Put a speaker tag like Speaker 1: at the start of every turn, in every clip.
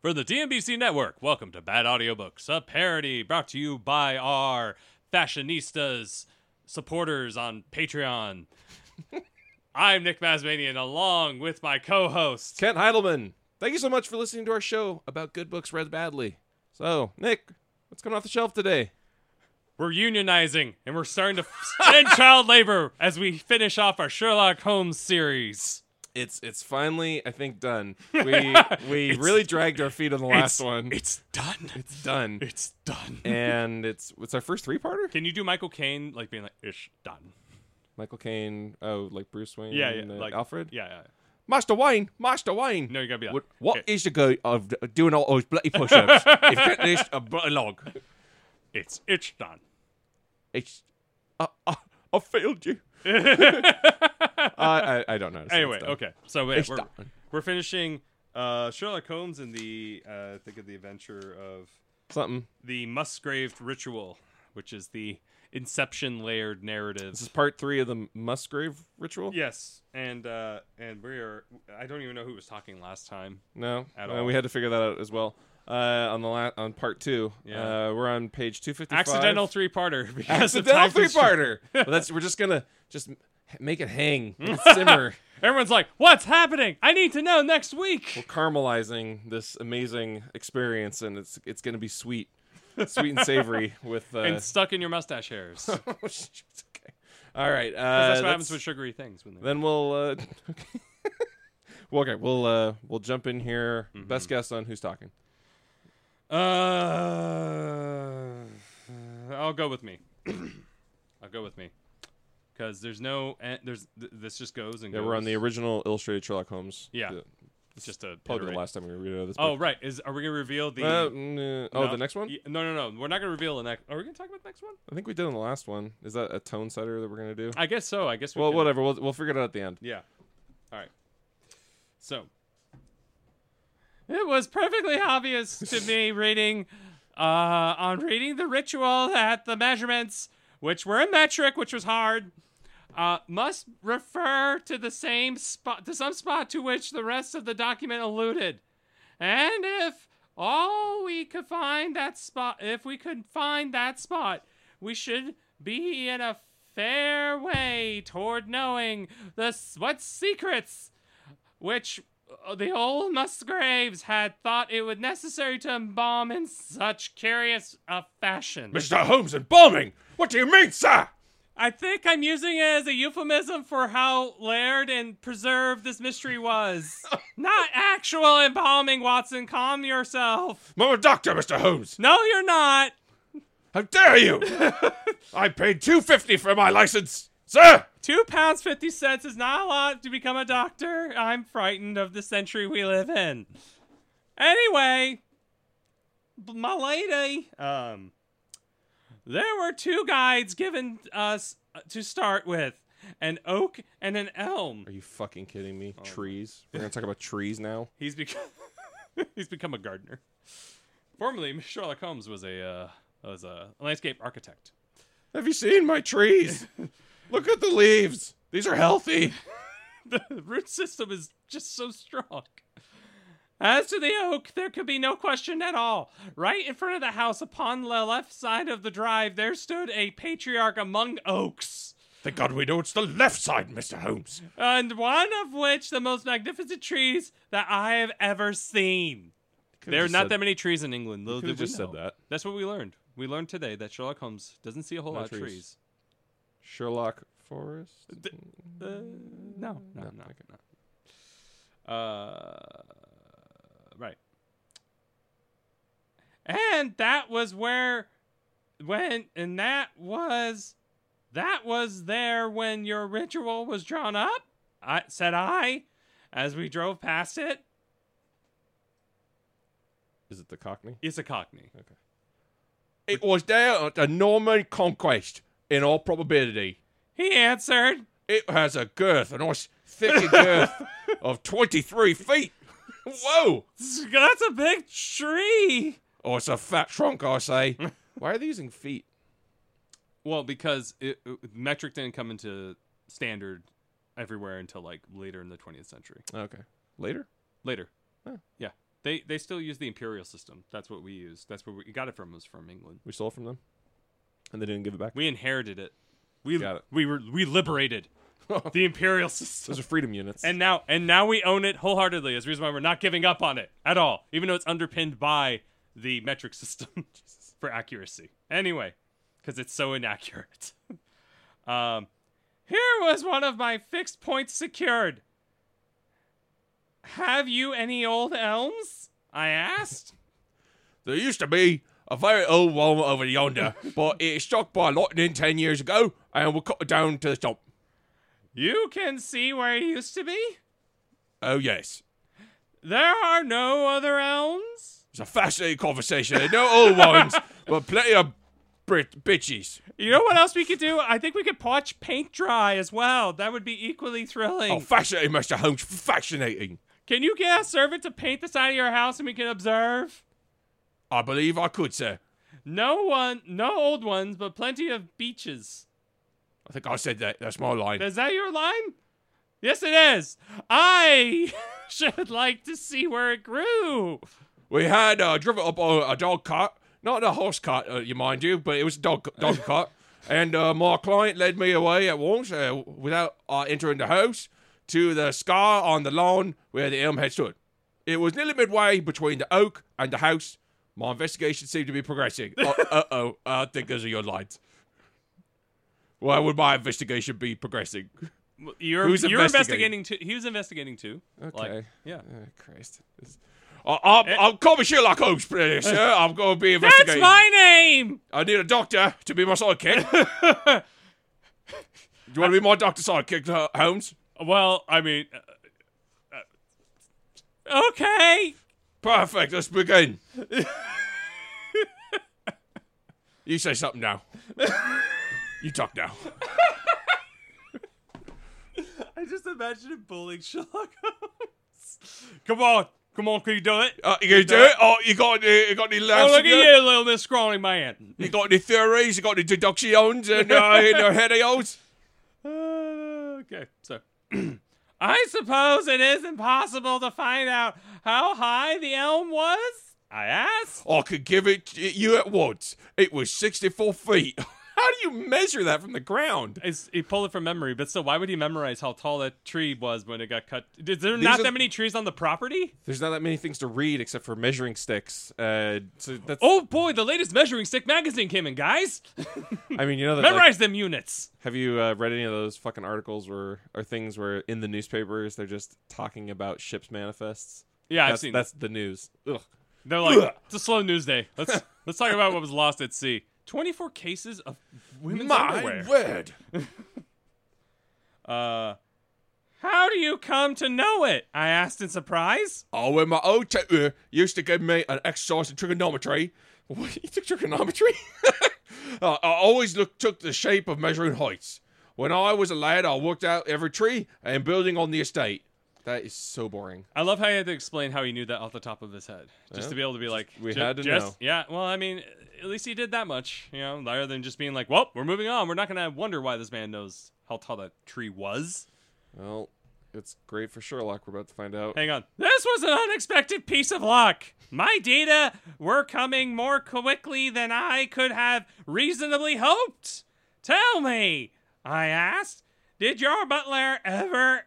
Speaker 1: From the TNBC Network, welcome to Bad Audiobooks, a parody brought to you by our fashionistas supporters on Patreon. I'm Nick Masmanian, along with my co-host.
Speaker 2: Kent Heidelman, thank you so much for listening to our show about good books read badly. So, Nick, what's coming off the shelf today?
Speaker 1: We're unionizing, and we're starting to f- end child labor as we finish off our Sherlock Holmes series.
Speaker 2: It's it's finally I think done. We we
Speaker 1: It's-
Speaker 2: really dragged our feet on the
Speaker 1: It's-
Speaker 2: last one.
Speaker 1: It's done. It's
Speaker 2: done.
Speaker 1: It's done.
Speaker 2: and it's it's our first three parter.
Speaker 1: Can you do Michael Caine like being like ish done?
Speaker 2: Michael Caine, oh like Bruce Wayne,
Speaker 1: Yeah, yeah,
Speaker 2: and, uh,
Speaker 1: like
Speaker 2: Alfred,
Speaker 1: Yeah, yeah.
Speaker 2: Master Wayne, Master Wayne.
Speaker 1: No, you gotta be like
Speaker 2: What, what
Speaker 1: "It-
Speaker 2: is the go of d- doing all those bloody push-ups? if that is a bloody log,
Speaker 1: uh, it's it's done.
Speaker 2: it's I, I, I failed you. I, I I don't know.
Speaker 1: Anyway, okay. So wait,
Speaker 2: It's
Speaker 1: we're,
Speaker 2: done.
Speaker 1: we're finishing uh, Sherlock Holmes in the uh, think of the adventure of
Speaker 2: Something.
Speaker 1: the Musgrave ritual, which is the inception layered narrative.
Speaker 2: This is part three of the Musgrave ritual.
Speaker 1: yes, and uh, and we are. I don't even know who was talking last time.
Speaker 2: No,
Speaker 1: At
Speaker 2: Uh,
Speaker 1: all.
Speaker 2: we had to figure that out as well. Uh, on the la- on part two,
Speaker 1: Yeah.
Speaker 2: uh, we're on page two fifty.
Speaker 1: Accidental three parter.
Speaker 2: accidental three parter. well, that's we're just gonna just m- make it hang, make it simmer.
Speaker 1: Everyone's like, "What's happening? I need to know next week."
Speaker 2: We're caramelizing this amazing experience, and it's it's gonna be sweet, sweet and savory with. Uh, Oh,
Speaker 1: and stuck in your mustache hairs. 'Cause
Speaker 2: okay. All right. Uh,
Speaker 1: that's what
Speaker 2: that's-
Speaker 1: happens with sugary things when they're
Speaker 2: Then we'll. Uh, okay. well, okay. We'll uh, we'll jump in here.
Speaker 1: Mm-hmm.
Speaker 2: Best guess on who's talking.
Speaker 1: Uh, I'll go with me. I'll go with me, because there's no eh, there's th- this just goes and
Speaker 2: Yeah,
Speaker 1: goes.
Speaker 2: we're on the original illustrated Sherlock Holmes.
Speaker 1: Yeah.
Speaker 2: The-
Speaker 1: It's just a
Speaker 2: Probably
Speaker 1: iterate.
Speaker 2: the last time we read out of this.
Speaker 1: Oh
Speaker 2: book.
Speaker 1: right, is are we gonna reveal the?
Speaker 2: Uh, mm, uh, oh,
Speaker 1: no,
Speaker 2: the next one.
Speaker 1: y- No, no, no. We're not gonna reveal the next. Are we gonna talk about the next one?
Speaker 2: I think we did on the last one. Is that a tone setter that we're gonna do?
Speaker 1: I guess so. I guess. We
Speaker 2: well,
Speaker 1: can-
Speaker 2: whatever. We'll we'll figure it out at the end.
Speaker 1: Yeah. All right. So. It was perfectly obvious to me reading, uh, on reading the ritual that the measurements, which were in metric, which was hard, uh, must refer to the same spot, to some spot to which the rest of the document alluded. And if all we could find that spot, if we could find that spot, we should be in a fair way toward knowing the s- what secrets which uh, the old Musgraves had thought it would necessary to embalm in such curious a fashion.
Speaker 2: Mr. Holmes embalming. What do you mean, sir?
Speaker 1: I think I'm using it as a euphemism for how layered and preserved this mystery was. Not actual embalming, Watson. Calm yourself.
Speaker 2: I'm a doctor, Mr. Holmes.
Speaker 1: No, you're not.
Speaker 2: How dare you? I paid two fifty for my license, sir.
Speaker 1: Two pounds fifty cents is not a lot to become a doctor. I'm frightened of the century we live in. Anyway, b- my lady, um, there were two guides given us uh, to start with, an oak and an elm.
Speaker 2: Are you fucking kidding me? trees. We're gonna talk about trees now.
Speaker 1: He's become he's become a gardener. Formerly, Sherlock Holmes was a uh, was a landscape architect.
Speaker 2: Have you seen my trees? Look at the leaves. These are healthy.
Speaker 1: the root system is just so strong. As to the oak, there could be no question at all. Right in front of the house, upon the left side of the drive, there stood a patriarch among oaks,
Speaker 2: Thank God we know it's the left side, Mr. Holmes.
Speaker 1: and one of which the most magnificent trees that I have ever seen. There are not that many trees in England. Little
Speaker 2: could have
Speaker 1: did we
Speaker 2: just said
Speaker 1: know.
Speaker 2: that.
Speaker 1: That's what we learned. We learned today that Sherlock Holmes doesn't see a whole
Speaker 2: No
Speaker 1: lot of trees.
Speaker 2: trees. Sherlock Forest.
Speaker 1: Uh, no, no, no, no.
Speaker 2: okay.
Speaker 1: Uh, right. And that was where, when, and that was, that was there when your ritual was drawn up. I said I, as we drove past it.
Speaker 2: Is it the Cockney?
Speaker 1: It's a Cockney.
Speaker 2: It was there at the Norman conquest, in all probability.
Speaker 1: He answered.
Speaker 2: It has a girth, a nice thick girth of 23 feet. Whoa!
Speaker 1: That's a big tree.
Speaker 2: Oh, it's a fat trunk, I say. Why are they using feet?
Speaker 1: Well, because it, it- metric didn't come into standard everywhere until like later in the 20th century.
Speaker 2: Okay. Later?
Speaker 1: Later.
Speaker 2: Huh.
Speaker 1: Yeah. They they still use the imperial system. That's what we use. That's where we got it from. Was from England.
Speaker 2: We stole it from them, and they didn't give it back.
Speaker 1: We inherited it. We
Speaker 2: Got it.
Speaker 1: we were we liberated the imperial system.
Speaker 2: Those are freedom units.
Speaker 1: And now and now we own it wholeheartedly. Is the reason why we're not giving up on it at all, even though it's underpinned by the metric system for accuracy. Anyway, because it's so inaccurate. um, here was one of my fixed points secured. Have you any old elms? I asked.
Speaker 2: There used to be a very old one over yonder, but it is struck by lightning ten years ago, and we cut it down to the stump.
Speaker 1: You can see where it used to be.
Speaker 2: Oh yes,
Speaker 1: There are no other elms.
Speaker 2: it's a fascinating conversation. There are no old ones, but plenty of brit- bitches.
Speaker 1: You know what else we could do? I think we could watch paint dry as well. That would be equally thrilling.
Speaker 2: Oh, fascinating, Mister Holmes. Fascinating.
Speaker 1: Can you get a servant to paint the side of your house and we can observe?
Speaker 2: I believe I could, sir.
Speaker 1: No one, no old ones, but plenty of beaches.
Speaker 2: I think I said that. That's my line.
Speaker 1: Is that your line? Yes, it is. I should like to see where it grew.
Speaker 2: We had uh, driven up on a dog cart, not a horse cart, uh, you mind you, but it was a dog dog cart. And uh, my client led me away at once, uh, without uh, entering the house, to the scar on the lawn where the elm had stood. It was nearly midway between the oak and the house. My investigation seemed to be progressing. uh oh, I think those are your lines. Why would my investigation be progressing?
Speaker 1: You're,
Speaker 2: Who's
Speaker 1: you're
Speaker 2: investigating?
Speaker 1: investigating too. He was investigating too. Like,
Speaker 2: Okay.
Speaker 1: yeah.
Speaker 2: Oh, Christ. This- I, I'm, I'm call me Sherlock Holmes, please, sir. I'm going to be
Speaker 1: That's
Speaker 2: investigating.
Speaker 1: my name.
Speaker 2: I need a doctor to be my sidekick. Do you want to be my doctor sidekick, H- Holmes?
Speaker 1: Well, I mean, uh, uh, okay.
Speaker 2: Perfect. Let's begin. you say something now. you talk now.
Speaker 1: I just imagine him bullying Sherlock Holmes. Come on, come on, can you do it?
Speaker 2: Uh, you gonna do it? Oh, you got any, you got any laughs?
Speaker 1: Oh, look at
Speaker 2: in there?
Speaker 1: you, little Miss Scrawny Man.
Speaker 2: You got any theories? You got any deductions and uh, and uh, headaches?
Speaker 1: Uh, okay, so I suppose it is impossible to find out how high the elm was. I asked.
Speaker 2: I could give it to you at once. It was sixty-four feet. How do you measure that from the ground?
Speaker 1: It's, he pulled it from memory, but still, why would he memorize how tall that tree was when it got cut? Is there not
Speaker 2: are-
Speaker 1: that many trees on the property?
Speaker 2: There's not that many things to read except for measuring sticks. Uh, so that's,
Speaker 1: Oh boy, the latest measuring stick magazine came in, guys.
Speaker 2: I mean, you know that. like,
Speaker 1: memorize them units.
Speaker 2: have you uh, read any of those fucking articles where or things where in the newspapers they're just talking about ships manifests?
Speaker 1: Yeah,
Speaker 2: that's,
Speaker 1: I've seen.
Speaker 2: that's the news. Ugh.
Speaker 1: They're like, it's a slow news day. Let's let's talk about what was lost at sea. Twenty-four cases of women's underwear.
Speaker 2: word!
Speaker 1: Uh, how do you come to know it? I asked in surprise.
Speaker 2: Oh, when my old tutor used to give me an exercise in trigonometry. What, he took trigonometry? Uh, I always look, took the shape of measuring heights. When I was a lad, I worked out every tree and building on the estate. That is so boring.
Speaker 1: I love how he had to explain how he knew that off the top of his head, just
Speaker 2: Yeah.
Speaker 1: to be able to be like,
Speaker 2: we
Speaker 1: "Ju-
Speaker 2: had to
Speaker 1: just,
Speaker 2: know."
Speaker 1: Yeah, well, I mean, at least he did that much, you know, rather than just being like, "Well, we're moving on. We're not gonna wonder why this man knows how tall that tree was."
Speaker 2: Well, it's great for Sherlock. We're about to find out.
Speaker 1: Hang on. This was an unexpected piece of luck. My data were coming more quickly than I could have reasonably hoped. Tell me, I asked, did your butler ever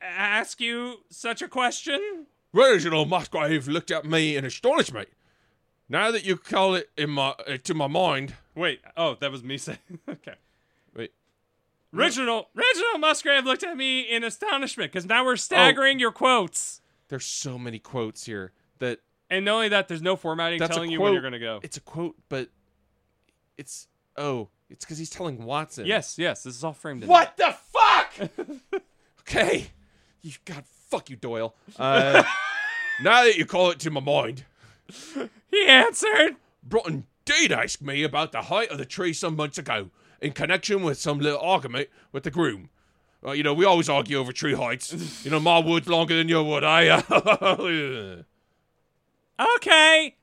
Speaker 1: ask you such a question?
Speaker 2: Reginald Musgrave looked at me in astonishment. Now that you call it in my uh, to my mind,
Speaker 1: Wait, oh, that was me saying. okay.
Speaker 2: wait,
Speaker 1: Reginald, Reginald Musgrave looked at me in astonishment because now we're staggering your quotes.
Speaker 2: there's so many quotes here that
Speaker 1: And knowing that there's no formatting
Speaker 2: That's a
Speaker 1: telling you when you're
Speaker 2: quote.
Speaker 1: going to go.
Speaker 2: it's a quote, but it's oh, it's because he's telling Watson.
Speaker 1: Yes, yes, this is all framed in.
Speaker 2: What the fuck? okay, you God, fuck you, Doyle. Uh, now that you call it to my mind,
Speaker 1: He answered.
Speaker 2: Broughton did ask me about the height of the tree some months ago in connection with some little argument with the groom. Uh, you know, we always argue over tree heights. You know, my wood's longer than your wood. eh? I.
Speaker 1: Okay.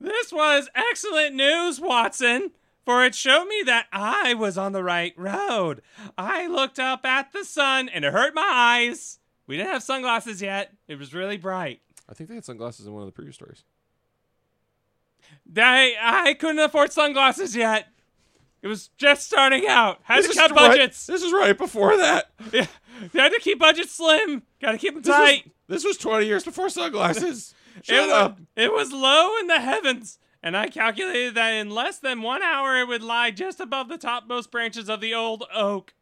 Speaker 1: This was excellent news, Watson, for it showed me that I was on the right road. I looked up at the sun and it hurt my eyes. We didn't have sunglasses yet. It was really bright.
Speaker 2: I think they had sunglasses in one of the previous stories.
Speaker 1: I, I couldn't afford sunglasses yet. It was just starting out. Had to cut
Speaker 2: right-
Speaker 1: budgets.
Speaker 2: this is right before that.
Speaker 1: Yeah. Had to keep budgets slim. Got to keep them
Speaker 2: This
Speaker 1: tight.
Speaker 2: Was, this was 20 years before sunglasses.
Speaker 1: it,
Speaker 2: Shut
Speaker 1: wa-
Speaker 2: up.
Speaker 1: it was low in the heavens, and I calculated that in less than one hour it would lie just above the topmost branches of the old oak.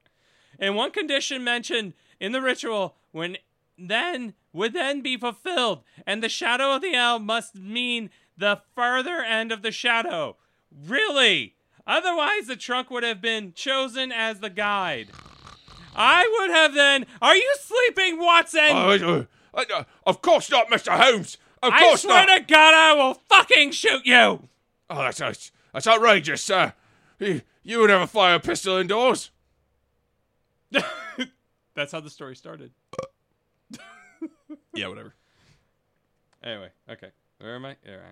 Speaker 1: And one condition mentioned in the ritual when then would then be fulfilled, and the shadow of the elm must mean the further end of the shadow. Really? Otherwise the trunk would have been chosen as the guide. I would have then Are you sleeping, Watson?
Speaker 2: Uh, uh, uh, of course not, Mr. Holmes. Of
Speaker 1: I
Speaker 2: course
Speaker 1: swear
Speaker 2: not.
Speaker 1: to God, I will fucking shoot you.
Speaker 2: Oh, that's, that's, that's outrageous, sir. You, you would never fire a pistol indoors.
Speaker 1: That's how the story started.
Speaker 2: Yeah, whatever.
Speaker 1: Anyway, okay. Where am I? There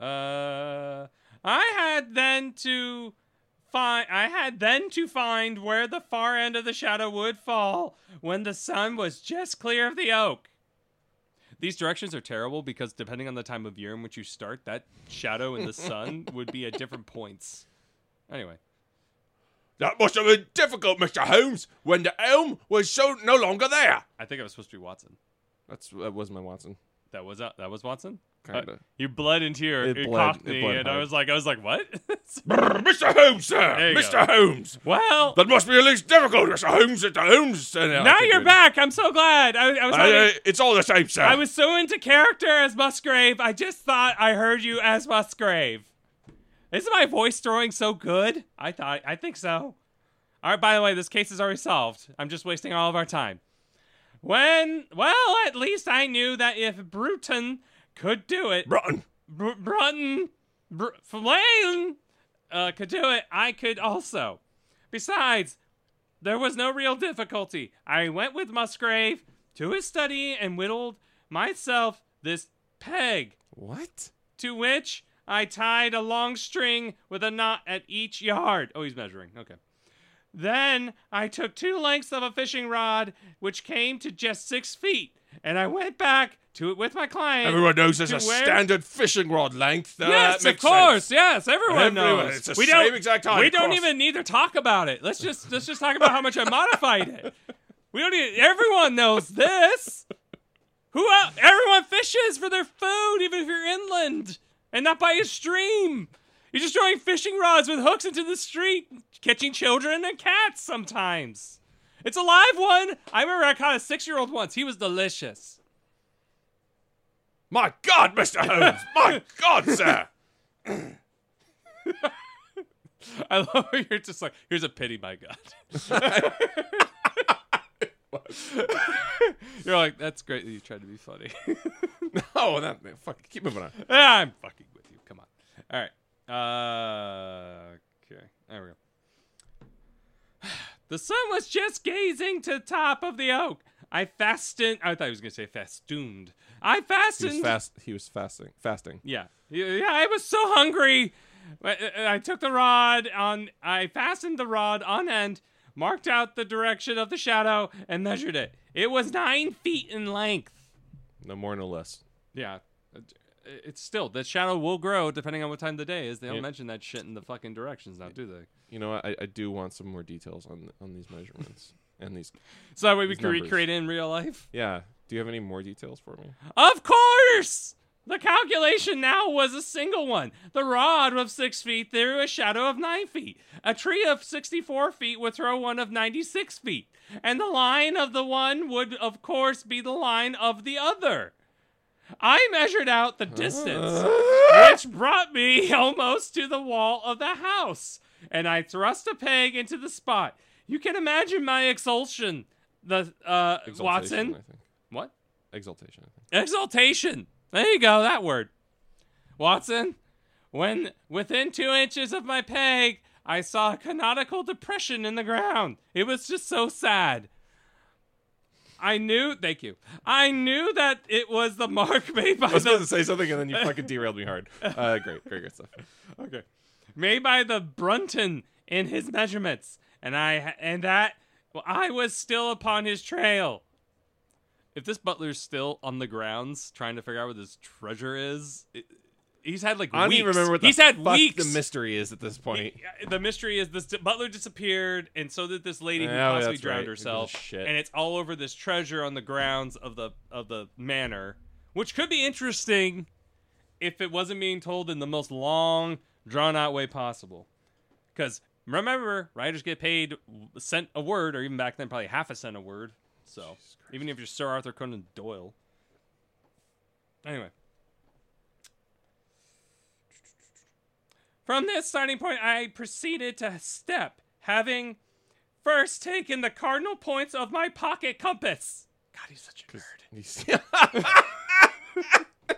Speaker 1: I am. Uh, I had then to find. I had then to find where the far end of the shadow would fall when the sun was just clear of the oak. These directions are terrible because depending on the time of year in which you start, that shadow and the sun would be at different points. Anyway,
Speaker 2: That must have been difficult, Mr. Holmes, when the elm was so no longer there.
Speaker 1: I think I was supposed to be Watson.
Speaker 2: That's that was my Watson.
Speaker 1: That was uh, that was Watson.
Speaker 2: Kinda.
Speaker 1: You bled into your,
Speaker 2: It
Speaker 1: your
Speaker 2: bled-
Speaker 1: cockney,
Speaker 2: it bled
Speaker 1: and I
Speaker 2: hard.
Speaker 1: was like, I was like, what?
Speaker 2: Brr, Mr. Holmes, sir.
Speaker 1: There you
Speaker 2: Mr.
Speaker 1: go.
Speaker 2: Holmes.
Speaker 1: well,
Speaker 2: That must be at least difficult, Mr. Holmes. Mr. Holmes. And, uh, I
Speaker 1: now
Speaker 2: think
Speaker 1: you're
Speaker 2: it-
Speaker 1: back. I'm so glad. I, I was
Speaker 2: I-
Speaker 1: having-
Speaker 2: I- Uh, it's all the same, sir.
Speaker 1: I was so into character as Musgrave. I just thought I heard you as Musgrave. Isn't my voice throwing so good? I thought I think so. All right. By the way, this case is already solved. I'm just wasting all of our time. When well, at least I knew that if Bruton could do it,
Speaker 2: Rotten.
Speaker 1: Br- Brunton, Br- Flane, uh, could do it. I could also. Besides, there was no real difficulty. I went with Musgrave to his study and whittled myself this peg,
Speaker 2: What?
Speaker 1: to which I tied a long string with a knot at each yard. Oh, he's measuring. Okay. Then I took two lengths of a fishing rod, which came to just six feet, and I went back to it with my client.
Speaker 2: Everyone knows there's
Speaker 1: to
Speaker 2: a
Speaker 1: where-
Speaker 2: standard fishing rod length. Uh,
Speaker 1: Yes,
Speaker 2: that
Speaker 1: of
Speaker 2: makes
Speaker 1: course.
Speaker 2: sense.
Speaker 1: Yes, everyone
Speaker 2: Everyone,
Speaker 1: knows.
Speaker 2: it's the
Speaker 1: we
Speaker 2: same
Speaker 1: don't,
Speaker 2: exact height,
Speaker 1: We
Speaker 2: of
Speaker 1: don't
Speaker 2: course.
Speaker 1: even need to talk about it. Let's just let's just talk about how much I modified it. We don't need. Everyone knows this. Who? el- Everyone fishes for their food, even if you're inland and not by a stream. You're just throwing fishing rods with hooks into the street, catching children and cats sometimes. It's a live one. I remember I caught a six-year-old once. He was delicious.
Speaker 2: My God, Mr. Holmes. My God, sir.
Speaker 1: I love how you're just like, here's a pity, my God. you're like, that's great that you tried to be funny. Ah,
Speaker 2: Oh, that man, fuck. Keep moving on.
Speaker 1: I'm fucking with you. Come on. All right. Uh, okay. There we go. The sun was just gazing to the top of the oak. I fastened. I thought he was gonna say festooned. I fastened.
Speaker 2: fast. He was fasting. Fasting.
Speaker 1: Yeah. Yeah, yeah, I was so hungry. I, I- I took the rod on I fastened the rod on end, marked out the direction of the shadow, and measured it. It was nine feet in length.
Speaker 2: No more, no less.
Speaker 1: Yeah. It's still the shadow will grow depending on what time of the day is. They don't
Speaker 2: Yeah.
Speaker 1: mention that shit in the fucking directions now, do they?
Speaker 2: You know, I, I do want some more details on on these measurements and these.
Speaker 1: So that way we
Speaker 2: These
Speaker 1: can
Speaker 2: numbers.
Speaker 1: recreate it in real life.
Speaker 2: Yeah. Do you have any more details for me?
Speaker 1: Of course! The calculation now was a single one. The rod of six feet threw a shadow of nine feet. A tree of 64 feet would throw one of 96 feet. And the line of the one would, of course, be the line of the other. I measured out the distance, which brought me almost to the wall of the house, and I thrust a peg into the spot. You can imagine my exultation, the uh,
Speaker 2: Exaltation,
Speaker 1: Watson.
Speaker 2: I think.
Speaker 1: What?
Speaker 2: Exaltation. I think.
Speaker 1: Exaltation. There you go, that word. Watson, when within two inches of my peg, I saw a canonical depression in the ground. It was just so sad. I knew, thank you. I knew that it was the mark made by
Speaker 2: I was
Speaker 1: the
Speaker 2: about to say something and then you fucking derailed me hard. Uh, great, great, great stuff.
Speaker 1: okay. Made by the Brunton in his measurements, and I and that well, I was still upon his trail. if this butler's still on the grounds trying to figure out where this treasure is, it, he's had like
Speaker 2: I don't
Speaker 1: weeks.
Speaker 2: even remember what the
Speaker 1: he's had
Speaker 2: fuck
Speaker 1: weeks.
Speaker 2: the mystery is at this point.
Speaker 1: Yeah, the mystery is this d- butler disappeared, and so did this lady who
Speaker 2: Yeah,
Speaker 1: possibly
Speaker 2: that's
Speaker 1: drowned
Speaker 2: right.
Speaker 1: herself.
Speaker 2: Shit.
Speaker 1: And it's all over this treasure on the grounds of the of the manor, which could be interesting if it wasn't being told in the most long, drawn out way possible. Because remember, writers get paid w- a cent a word, or even back then probably half a cent a word. So even if you're Sir Arthur Conan Doyle. Anyway. From this starting point, I proceeded to step, having first taken the cardinal points of my pocket compass. God, he's such a nerd.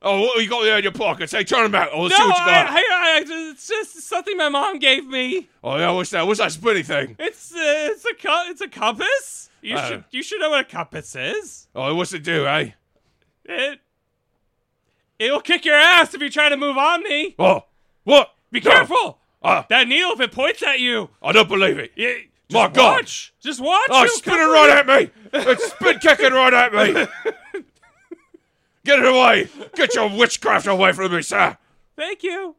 Speaker 2: oh, what you got there in your pockets? Hey, turn them out. Oh, let's see
Speaker 1: No,
Speaker 2: what you got.
Speaker 1: I, I, I, it's just something my mom gave me.
Speaker 2: oh, yeah, what's that? What's that spinny thing?
Speaker 1: It's uh, it's a co- it's a compass. You
Speaker 2: Oh.
Speaker 1: should you should know what a compass is.
Speaker 2: Oh, what's it do, eh?
Speaker 1: It it will kick your ass if you try to move on me.
Speaker 2: Oh, what?
Speaker 1: Be
Speaker 2: No.
Speaker 1: careful.
Speaker 2: Ah,
Speaker 1: That needle, if it points at you,
Speaker 2: I don't believe it.
Speaker 1: it, just
Speaker 2: My Oh, God.
Speaker 1: watch. Just watch.
Speaker 2: Oh,
Speaker 1: It'll
Speaker 2: it's spinning
Speaker 1: come
Speaker 2: right at me. It's spit kicking right at me. Get it away. Get your witchcraft away from me, sir.
Speaker 1: Thank you.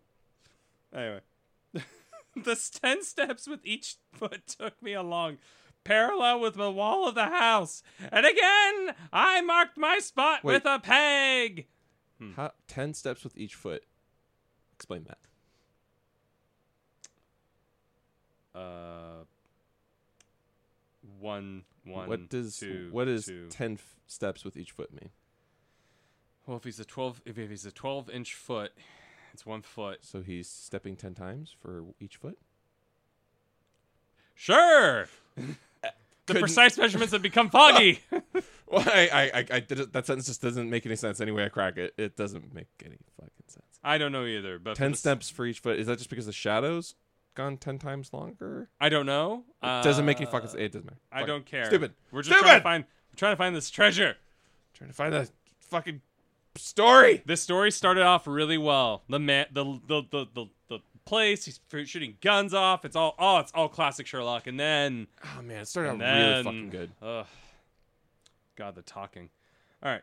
Speaker 1: Anyway, the s- ten steps with each foot took me along, parallel with the wall of the house, and again I marked my spot
Speaker 2: Wait.
Speaker 1: with a peg.
Speaker 2: How, ten steps with each foot. Explain that.
Speaker 1: Uh, one, one. two,
Speaker 2: what is
Speaker 1: two.
Speaker 2: ten steps with each foot mean?
Speaker 1: Well, if he's a twelve, if, if he's a twelve-inch foot, it's one foot.
Speaker 2: So he's stepping ten times for each foot.
Speaker 1: Sure. the
Speaker 2: Couldn't-
Speaker 1: precise measurements have become foggy.
Speaker 2: Well, I, I, I, I did it, that sentence just doesn't make any sense. Anyway, I crack it. It doesn't make any fucking sense.
Speaker 1: I don't know either, but for
Speaker 2: Ten
Speaker 1: the s-
Speaker 2: steps for each foot. Is that just because the shadows gone ten times longer?
Speaker 1: I don't know.
Speaker 2: It doesn't make any
Speaker 1: Uh,
Speaker 2: fucking. It doesn't matter.
Speaker 1: I
Speaker 2: Fuck it.
Speaker 1: don't care.
Speaker 2: Stupid.
Speaker 1: We're just trying
Speaker 2: Stupid!
Speaker 1: to find. We're trying to find this treasure.
Speaker 2: Trying to find the fucking story.
Speaker 1: This story started off really well. The man, the the the the, the place. He's f- shooting guns off. It's all oh, it's all classic Sherlock. And then
Speaker 2: Oh man, it started
Speaker 1: And
Speaker 2: out really
Speaker 1: then-
Speaker 2: fucking good.
Speaker 1: Ugh. God, the talking. All right.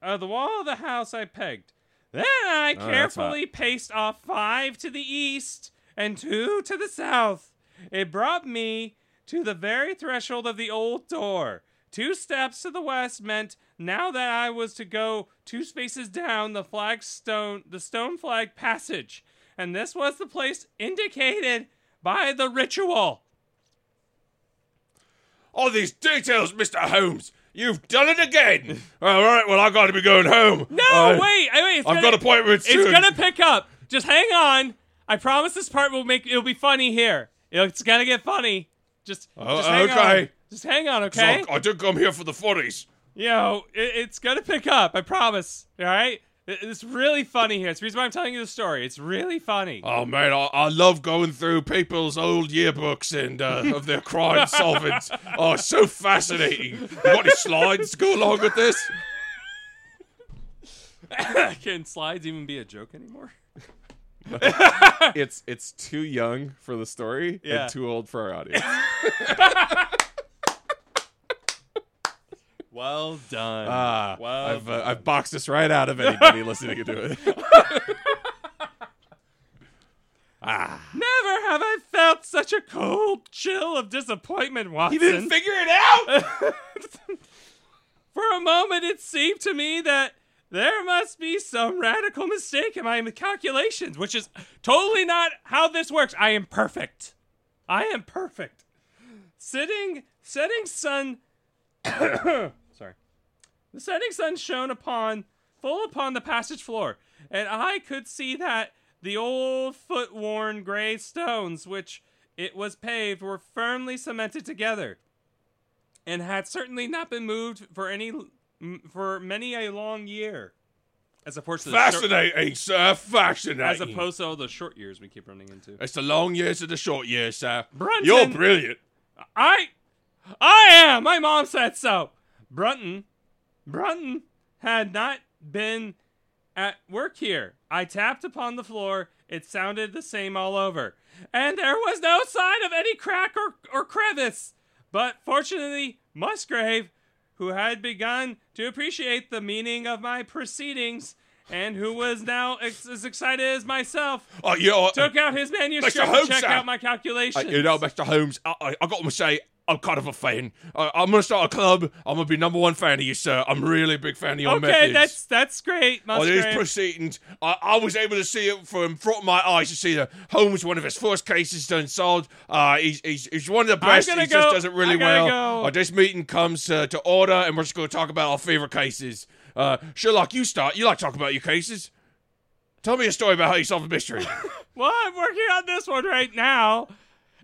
Speaker 1: Uh, the wall of the house I pegged. Then I
Speaker 2: Oh, that's hot.
Speaker 1: carefully paced off five to the east and two to the south. It brought me to the very threshold of the old door. Two steps to the west meant now that I was to go two spaces down the flagstone, the stone flag passage, and this was the place indicated by the ritual.
Speaker 2: All these details, Mister Holmes. You've done it again. All right. Well, I got to be going home.
Speaker 1: No,
Speaker 2: I-
Speaker 1: wait, I- wait. It's
Speaker 2: I've
Speaker 1: gonna,
Speaker 2: got appointments
Speaker 1: It's
Speaker 2: soon.
Speaker 1: gonna pick up. Just hang on. I promise this part will make it'll be funny here. It's gonna get funny. Just,
Speaker 2: Oh,
Speaker 1: just hang
Speaker 2: okay.
Speaker 1: on. Just hang on,
Speaker 2: So
Speaker 1: okay?
Speaker 2: I, I did come here for the footies.
Speaker 1: Yo, it, it's gonna pick up. I promise. All right. It- it's really funny here. It's the reason why I'm telling you the story. It's really funny.
Speaker 2: Oh man, I, I love going through people's old yearbooks and uh, of their crime solvents. Oh, it's so fascinating. You got any slides to go along with this?
Speaker 1: Can slides even be a joke anymore?
Speaker 2: It's it's too young for the story
Speaker 1: Yeah.
Speaker 2: too old for our audience.
Speaker 1: Well done.
Speaker 2: Ah,
Speaker 1: well,
Speaker 2: I've uh,
Speaker 1: done.
Speaker 2: I've boxed this right out of anybody listening to it. ah,
Speaker 1: never have I felt such a cold chill of disappointment, Watson.
Speaker 2: figure it out.
Speaker 1: For a moment, it seemed to me that there must be some radical mistake in my calculations, which is totally not how this works. I am perfect. I am perfect. Sitting, setting sun. sorry. The setting sun shone upon, full upon the passage floor, and I could see that the old foot worn gray stones which it was paved were firmly cemented together and had certainly not been moved for any m- for many a long year, as opposed to the short,
Speaker 2: Fascinating, sir. Fascinating.
Speaker 1: as opposed to all the short years we keep running into.
Speaker 2: it's the long years and the short years, sir.
Speaker 1: Brunton-
Speaker 2: You're brilliant.
Speaker 1: I, I am. My mom said so. Brunton, Brunton had not been at work here. I tapped upon the floor. It sounded the same all over, and there was no sign of any crack or, or crevice. But fortunately, Musgrave, who had begun to appreciate the meaning of my proceedings and who was now ex- as excited as myself,
Speaker 2: Oh, you know,
Speaker 1: took out his manuscript to
Speaker 2: Holmes,
Speaker 1: check
Speaker 2: sir.
Speaker 1: out my
Speaker 2: I,
Speaker 1: calculations.
Speaker 2: uh, you know, Mr. Holmes, I, I, I got to say, I'm kind of a fan. I, I'm gonna start a club. I'm gonna be number one fan of you, sir. I'm really a big fan of your
Speaker 1: okay,
Speaker 2: methods.
Speaker 1: that's that's great,
Speaker 2: on these
Speaker 1: Musgrave.
Speaker 2: proceedings, I, I was able to see it from front of my eyes to see that Holmes, one of his first cases done solved. Uh, he's, he's, he's one of the best.
Speaker 1: gonna
Speaker 2: He just
Speaker 1: go-
Speaker 2: does it
Speaker 1: I
Speaker 2: really
Speaker 1: gotta
Speaker 2: well.
Speaker 1: go.
Speaker 2: Uh, this meeting comes uh, to order, and we're just going to talk about our favorite cases. Uh, Sherlock, you start. You like talking about your cases. Tell me a story about how you solved a mystery.
Speaker 1: well, I'm working on this one right now.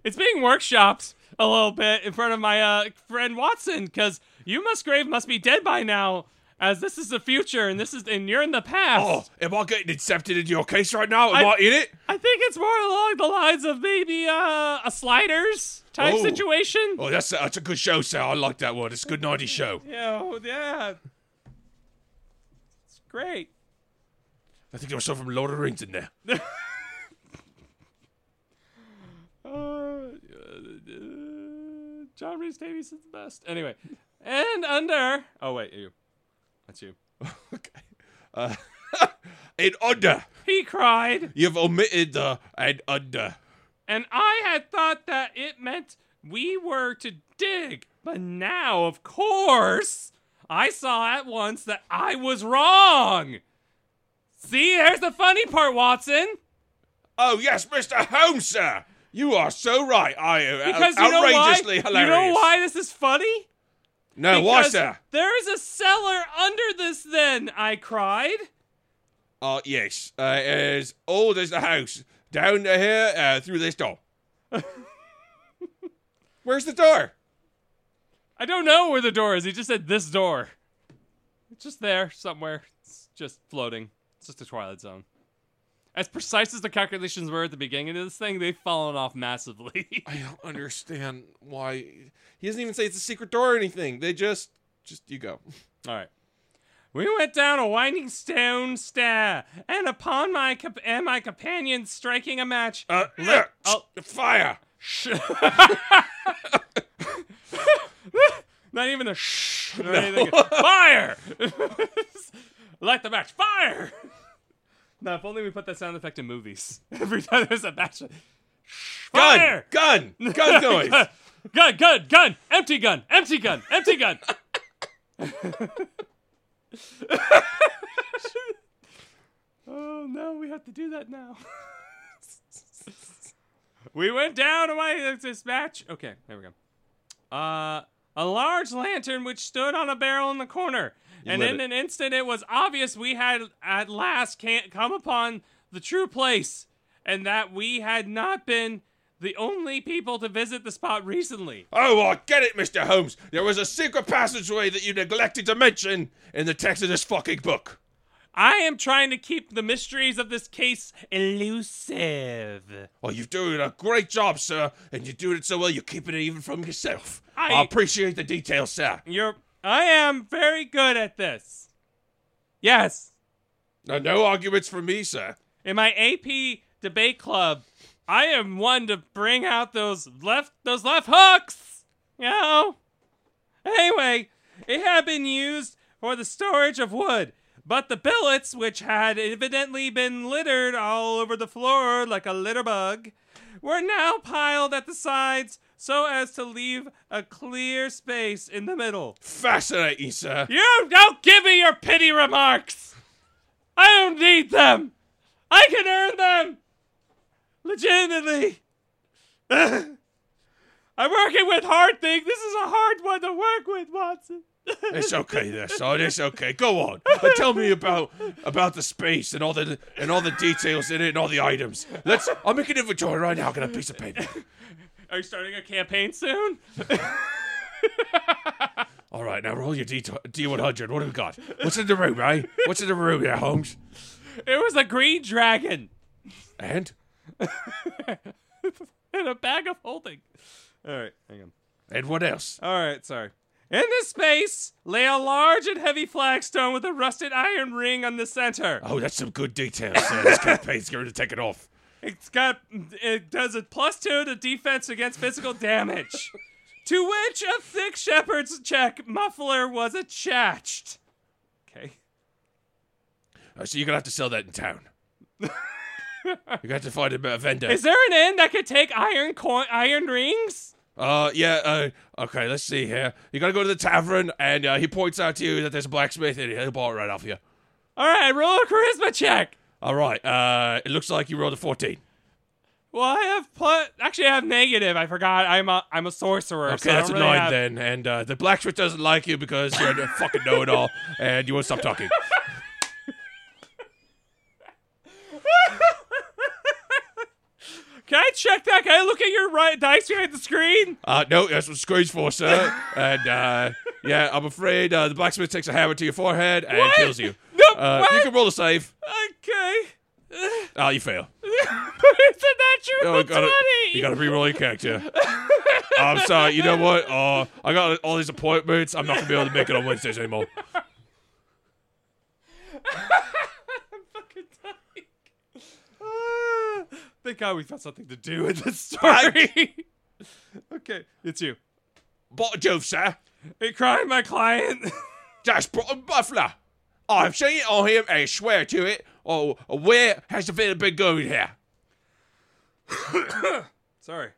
Speaker 1: It's being workshopped a little bit in front of my uh, friend Watson because you, Musgrave, must be dead by now, as this is the future and this is and you're in the past.
Speaker 2: oh, am I getting accepted into your case right now? Am
Speaker 1: I-
Speaker 2: I in it?
Speaker 1: I think it's more along the lines of maybe uh, a sliders type
Speaker 2: Oh.
Speaker 1: situation.
Speaker 2: Oh, that's that's a good show, sir. I like that one. It's a good 90s show.
Speaker 1: Yeah, oh, yeah. It's great.
Speaker 2: I think there was some from Lord of the Rings in there.
Speaker 1: Uh, uh, John Reese Davies is the best. Anyway, and under. Oh wait, you. That's you.
Speaker 2: okay. Uh, in under.
Speaker 1: He cried,
Speaker 2: You've omitted the and under.
Speaker 1: and I had thought that it meant we were to dig, but now, of course, I saw at once that I was wrong. See, there's the funny part, Watson.
Speaker 2: Oh yes, Mr. Holmes, sir. You are so right. I am
Speaker 1: Because you know why?
Speaker 2: outrageously
Speaker 1: You
Speaker 2: hilarious.
Speaker 1: know why this is funny?
Speaker 2: No, why,
Speaker 1: Because
Speaker 2: sir?
Speaker 1: There is a cellar under this. Then I cried.
Speaker 2: Uh, yes, uh, as old as the house down to here uh, through this door. Where's the door?
Speaker 1: I don't know where the door is. He just said this door. It's just there somewhere. It's just floating. It's just a Twilight Zone. As precise as the calculations were at the beginning of this thing, they've fallen off massively.
Speaker 2: I don't understand why he doesn't even say it's a secret door or anything. They just, just you go.
Speaker 1: All right. We went down a winding stone stair, and upon my comp- and my companion striking a match,
Speaker 2: Uh,
Speaker 1: oh.
Speaker 2: fire.
Speaker 1: Sh- Not even a shh or anything. Fire! Light the match. Fire! Now, if only we put that sound effect in movies. Every time there's a match. Shh,
Speaker 2: Gun,
Speaker 1: fire!
Speaker 2: gun, gun noise.
Speaker 1: gun, gun, gun! Empty gun! Empty gun! Empty gun! oh no, we have to do that now. we went down to my this match. Okay, there we go. Uh, a large lantern which stood on a barrel in the corner, and
Speaker 2: lit
Speaker 1: in
Speaker 2: it.
Speaker 1: an instant it was obvious we had at last can't come upon the true place, and that we had not been the only people to visit the spot recently.
Speaker 2: Oh, I get it, Mr. Holmes. There was a secret passageway that you neglected to mention in the text of this fucking book.
Speaker 1: I am trying to keep the mysteries of this case elusive.
Speaker 2: Oh, you're doing a great job, sir, and you're doing it so well you're keeping it even from yourself.
Speaker 1: I-
Speaker 2: I, appreciate the details, sir.
Speaker 1: You're I am very good at this. Yes.
Speaker 2: No, Uh, no arguments from me, sir.
Speaker 1: In my AP debate club, I am one to bring out those left those left hooks. You know? Anyway, it had been used for the storage of wood, but the billets, which had evidently been littered all over the floor like a litter bug, were now piled at the sides so as to leave a clear space in the middle.
Speaker 2: Fascinating, sir.
Speaker 1: You don't give me your pity remarks. I don't need them. I can earn them. Legitimately. I'm working with hard things. This is a hard one to work with, Watson.
Speaker 2: It's okay, there, son. It's okay. Go on. But tell me about about the space and all the and all the details in it and all the items. Let's. I'll make an inventory right now. I'll get a piece of paper.
Speaker 1: Are you starting a campaign soon?
Speaker 2: All right, now roll your D D one hundred. What do we got? What's in the room, eh? What's in the room, there, Holmes?
Speaker 1: It was a green dragon
Speaker 2: And
Speaker 1: in a bag of holding. All right, hang on.
Speaker 2: and what else?
Speaker 1: All right, sorry. In this space lay a large and heavy flagstone with a rusted iron ring on the center.
Speaker 2: Oh, that's some good details. sir. this campaign's going to take it off.
Speaker 1: It's got it does a plus two to defense against physical damage. To which a thick shepherd's check muffler was attached. Okay.
Speaker 2: Uh, so you're gonna have to sell that in town. you're gonna have to find a, a vendor.
Speaker 1: Is there an inn that could take iron coin, iron rings?
Speaker 2: Uh, yeah, uh, okay, let's see here. You gotta go to the tavern, and uh, he points out to you that there's a blacksmith, and he'll borrow it right off you.
Speaker 1: All right, roll a charisma check.
Speaker 2: All right, uh, it looks like you rolled a 14.
Speaker 1: Well, I have plus. Actually, I have negative. I forgot. I'm a I'm a sorcerer.
Speaker 2: Okay,
Speaker 1: so I
Speaker 2: that's a
Speaker 1: don't
Speaker 2: 9
Speaker 1: really have-
Speaker 2: then, and uh, the blacksmith doesn't like you because you're a fucking know it all, and you won't stop talking.
Speaker 1: Can I check that? Can I look at your right dice here at the screen?
Speaker 2: Uh, no, that's what Scrooge for, sir. and, uh, yeah, I'm afraid uh, the blacksmith takes a hammer to your forehead and
Speaker 1: What?
Speaker 2: kills you.
Speaker 1: Nope,
Speaker 2: Uh, you
Speaker 1: what?
Speaker 2: can roll a save.
Speaker 1: Okay.
Speaker 2: Oh, you fail.
Speaker 1: it's a natural
Speaker 2: Oh, I gotta-
Speaker 1: twenty.
Speaker 2: You gotta re-roll your character. I'm sorry. You know what? Uh, I got all these appointments. I'm not gonna be able to make it on Wednesdays anymore.
Speaker 1: fucking dying. Ah, thank God we found something to do with this story.
Speaker 2: Right.
Speaker 1: okay, it's you.
Speaker 2: But Jove, sir,
Speaker 1: Hey, crying my client.
Speaker 2: that's brought a buffalo. I've seen it on him. I swear to it. Oh, where has the villain been going here?
Speaker 1: Sorry.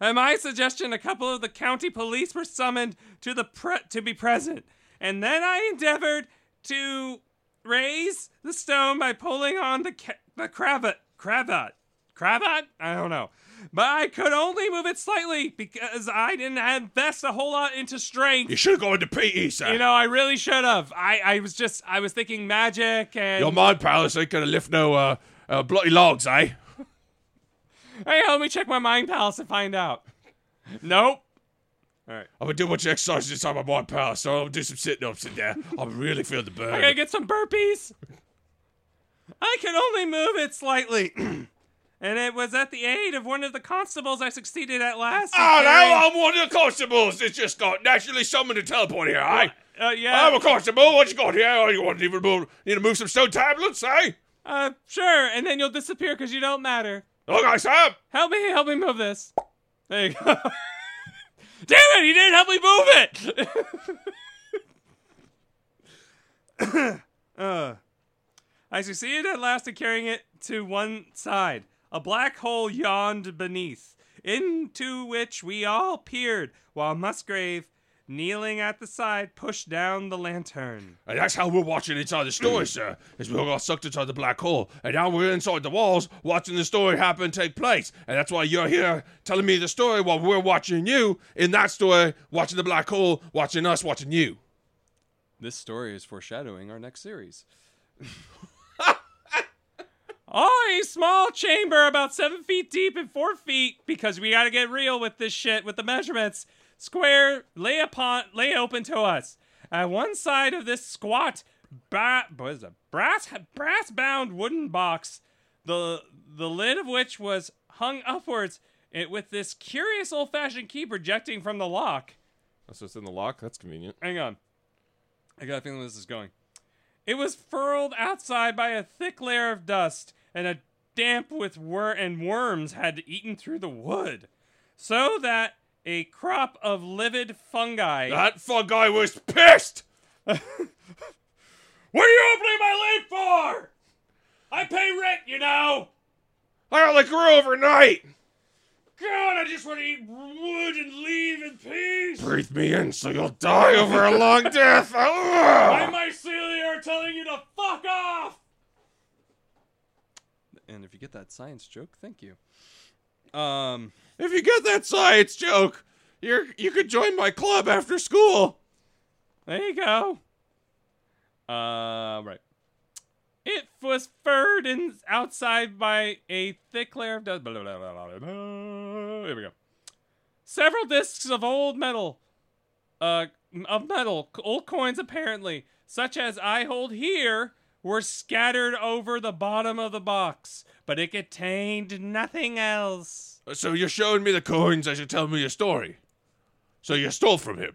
Speaker 1: At my suggestion, a couple of the county police were summoned to the pre- to be present, and then I endeavored to raise the stone by pulling on the ca- the cravat cravat cravat. I don't know, but I could only move it slightly because I didn't invest a whole lot into strength.
Speaker 2: You should have gone to PE, sir.
Speaker 1: You know, I really should have. I, I was just I was thinking magic and
Speaker 2: Your mind palace ain't gonna lift no uh, uh, bloody logs, eh?
Speaker 1: hey, let me check my mind palace and find out. Nope. All right.
Speaker 2: I've been doing a bunch of exercises inside my mind palace, so I'll do some sitting-ups in there. I really feel the burn.
Speaker 1: I gotta get some burpees. I can only move it slightly. and it was at the aid of one of the constables I succeeded at last. in
Speaker 2: Oh,
Speaker 1: carrying-
Speaker 2: now I'm one of the constables. It's just got naturally summoned to teleport here, eh?
Speaker 1: Uh,
Speaker 2: I'm
Speaker 1: yeah.
Speaker 2: a constable. What you got here? Oh, you want to even move? Need to move some stone tablets, eh?
Speaker 1: Uh, sure. And then you'll disappear because you don't matter.
Speaker 2: Okay, Sam.
Speaker 1: Help me, help me move this. There you go. Damn it, he didn't help me move it! uh, I succeeded at last in carrying it to one side. A black hole yawned beneath, into which we all peered, while Musgrave, kneeling at the side, pushed down the lantern.
Speaker 2: And that's how we're watching inside the story, sir. Is we all got sucked inside the black hole, and now we're inside the walls watching the story happen take place. And that's why you're here telling me the story while we're watching you in that story, watching the black hole, watching us, watching you.
Speaker 1: This story is foreshadowing our next series. oh, a small chamber about seven feet deep and four feet, because we gotta get real with this shit with the measurements. Square lay upon lay open to us. At one side of this squat ba- what is it? brass brass bound wooden box, the the lid of which was hung upwards, it with this curious old fashioned key projecting from the lock.
Speaker 2: That's just in the lock. That's convenient.
Speaker 1: Hang on. I got a feeling this is going. It was furled outside by a thick layer of dust, and a damp with wor- and worms had eaten through the wood, so that a crop of livid fungi.
Speaker 2: That fun guy was pissed.
Speaker 1: what are you opening my lid for? I pay rent, you know.
Speaker 2: I got like grew overnight.
Speaker 1: God, I just want to eat wood and leave in peace.
Speaker 2: Breathe me in, so you'll die over a long death. Ugh.
Speaker 1: I, my Celia, are telling you to fuck off! And if you get that science joke, thank you. Um,
Speaker 2: If you get that science joke, you're you could join my club after school.
Speaker 1: there you go. Uh, right. It was furred in outside by a thick layer of dust. Blah, blah, blah, blah, blah, blah. Here we go. Several discs of old metal, uh, of metal, old coins apparently, such as I hold here, were scattered over the bottom of the box, but it contained nothing else.
Speaker 2: So you're showing me the coins as you're telling me your story. So you stole from him.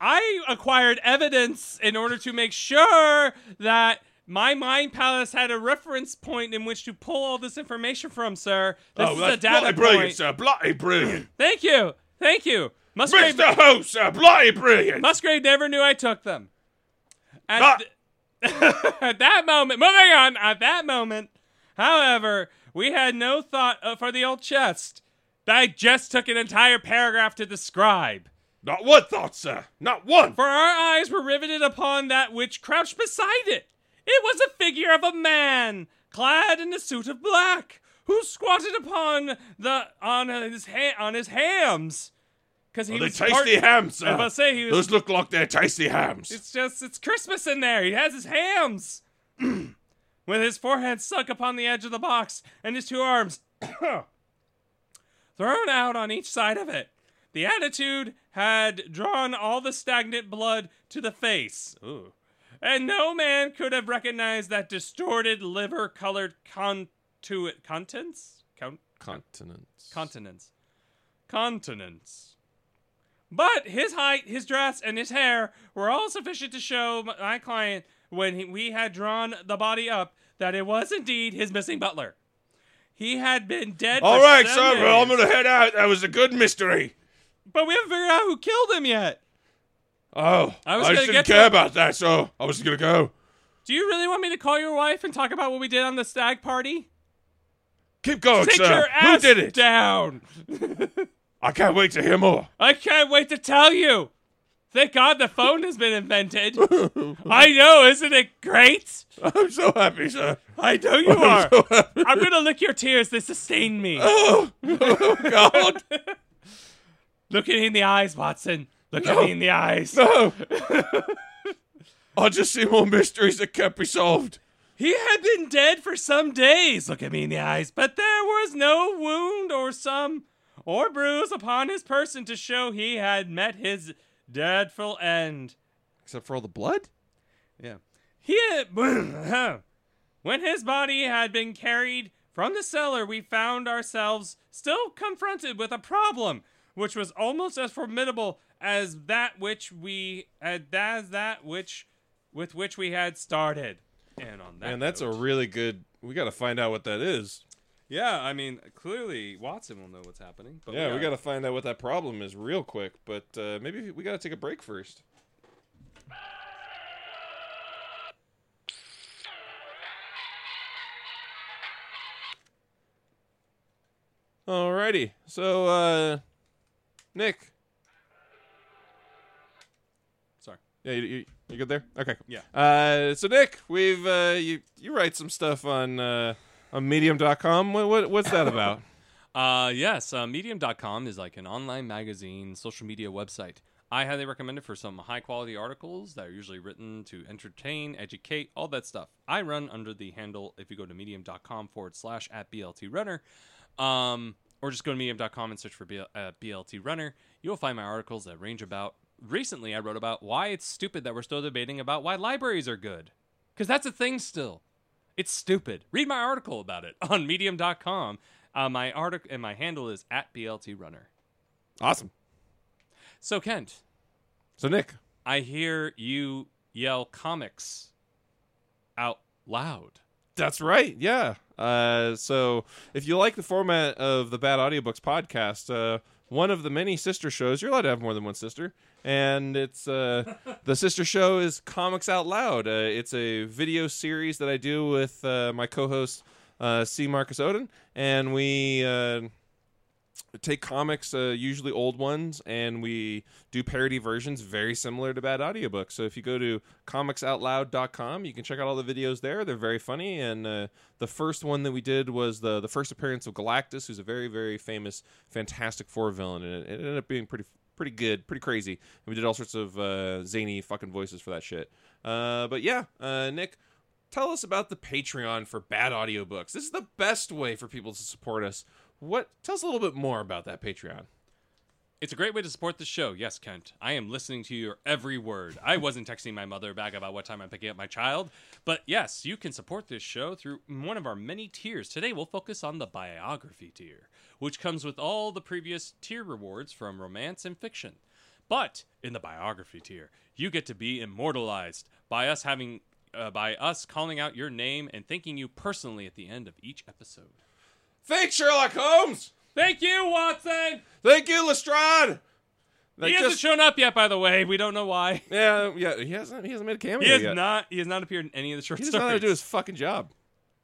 Speaker 1: I acquired evidence in order to make sure that My mind palace had a reference point in which to pull all this information from, sir. This
Speaker 3: oh,
Speaker 1: is
Speaker 3: that's
Speaker 1: a data
Speaker 3: bloody
Speaker 1: point.
Speaker 3: brilliant, sir. Bloody brilliant.
Speaker 1: Thank you. Thank you. Musgrave,
Speaker 3: Mr. Host, sir. Bloody brilliant.
Speaker 1: Musgrave never knew I took them. At,
Speaker 3: Ah.
Speaker 1: th- at that moment, moving on, at that moment, however, we had no thought uh, for the old chest that I just took an entire paragraph to describe.
Speaker 3: Not one thought, sir. Not one.
Speaker 1: For our eyes were riveted upon that which crouched beside it. It was a figure of a man, clad in a suit of black, who squatted upon the on his ha- on his hams, because he
Speaker 3: Well, they're
Speaker 1: was
Speaker 3: tasty
Speaker 1: part-
Speaker 3: hams, sir.
Speaker 1: I must say he was-
Speaker 3: Those look like they're tasty hams.
Speaker 1: It's just it's Christmas in there. He has his hams, with his forehead stuck upon the edge of the box, and his two arms thrown out on each side of it. The attitude had drawn all the stagnant blood to the face. Ooh. And no man could have recognized that distorted liver colored contu- contents? Count-
Speaker 3: Continents.
Speaker 1: continents. Continents. But his height, his dress, and his hair were all sufficient to show my client when he, we had drawn the body up that it was indeed his missing butler. He had been dead.
Speaker 3: All
Speaker 1: for
Speaker 3: right, sir.
Speaker 1: seven
Speaker 3: well, I'm
Speaker 1: days.
Speaker 3: gonna head out. That was a good mystery.
Speaker 1: But we haven't figured out who killed him yet.
Speaker 3: Oh,
Speaker 1: I was
Speaker 3: I
Speaker 1: gonna
Speaker 3: didn't
Speaker 1: get to
Speaker 3: care
Speaker 1: it.
Speaker 3: about that, so I was gonna go.
Speaker 1: Do you really want me to call your wife and talk about what we did on the stag party?
Speaker 3: Keep going,
Speaker 1: Take
Speaker 3: sir.
Speaker 1: your ass
Speaker 3: Who did it?
Speaker 1: down.
Speaker 3: I can't wait to hear more.
Speaker 1: I can't wait to tell you. Thank God the phone has been invented. I know, isn't it great?
Speaker 3: I'm so happy, sir.
Speaker 1: I know you are.
Speaker 3: I'm so happy.
Speaker 1: I'm gonna lick your tears. They sustain me.
Speaker 3: Oh, oh, God.
Speaker 1: Look at me in the eyes, Watson. Look at
Speaker 3: No.
Speaker 1: me in the eyes.
Speaker 3: No. I Oh. just see more mysteries that can't be solved.
Speaker 1: He had been dead for some days. Look at me in the eyes. But there was no wound or some or bruise upon his person to show he had met his dreadful end.
Speaker 3: Except for all the blood?
Speaker 1: Yeah. He had- when his body had been carried from the cellar, we found ourselves still confronted with a problem which was almost as formidable as that which we as that which with which we had started. And on that,
Speaker 2: And that's a
Speaker 1: note-
Speaker 2: really good. We got to find out what that is.
Speaker 1: yeah. I mean, clearly Watson will know what's happening. But
Speaker 2: Yeah, we got to find out what that problem is real quick. But uh, maybe we got to take a break first. Alrighty. So, uh, Nick.
Speaker 1: Sorry.
Speaker 2: Yeah, you, you, you good there? Okay. cool.
Speaker 1: Yeah.
Speaker 2: Uh, so Nick, we've uh, you you write some stuff on uh, on Medium.com. What, what what's that about?
Speaker 1: Uh, yes, uh, medium.com is like an online magazine, social media website. I highly recommend it for some high quality articles that are usually written to entertain, educate, all that stuff. I run under the handle, if you go to medium.com forward slash at BLT Runner, um, or just go to medium.com and search for BL, uh, BLT Runner, you'll find my articles that range about. Recently, I wrote about why it's stupid that we're still debating about why libraries are good. Because that's a thing still. It's stupid. Read my article about it on medium.com. Uh, my article and my handle is at BLT Runner.
Speaker 2: awesome.
Speaker 1: So, Kent,
Speaker 2: So Nick,
Speaker 1: I hear you yell comics out loud.
Speaker 2: That's right. Yeah. Uh, so if you like the format of the Bad Audiobooks podcast, uh, one of the many sister shows, you're allowed to have more than one sister. And it's uh, the sister show is Comics Out Loud. Uh, it's a video series that I do with uh, my co host, uh, C. Marcus Odin. And we. Uh, take comics, uh, usually old ones, and we do parody versions very similar to bad audiobooks. So if you go to comicsoutloud.com, you can check out all the videos there. They're very funny. And uh, the first one that we did was the the first appearance of Galactus, who's a very very famous Fantastic Four villain, and it, it ended up being pretty pretty good, pretty crazy. And we did all sorts of uh, zany fucking voices for that shit. Uh, but yeah, uh, Nick. Tell us about the Patreon for bad audiobooks. This is the best way for people to support us. What tell us a little bit more about that Patreon.
Speaker 1: It's a great way to support the show. Yes, Kent. I am listening to your every word. I wasn't texting my mother back about what time I'm picking up my child. But yes, you can support this show through one of our many tiers. Today, we'll focus on the biography tier, which comes with all the previous tier rewards from romance and fiction. But in the biography tier, you get to be immortalized by us having uh, by us calling out your name and thanking you personally at the end of each episode.
Speaker 2: Thanks, Sherlock Holmes.
Speaker 1: Thank you, Watson.
Speaker 2: Thank you, Lestrade. They
Speaker 1: he hasn't
Speaker 2: just-
Speaker 1: shown up yet, by the way. We don't know why.
Speaker 2: yeah, yeah. He hasn't. He hasn't made a cameo
Speaker 1: He has
Speaker 2: yet.
Speaker 1: not. He has not appeared in any of the short
Speaker 2: He doesn't know
Speaker 1: stories.
Speaker 2: how to do his fucking job.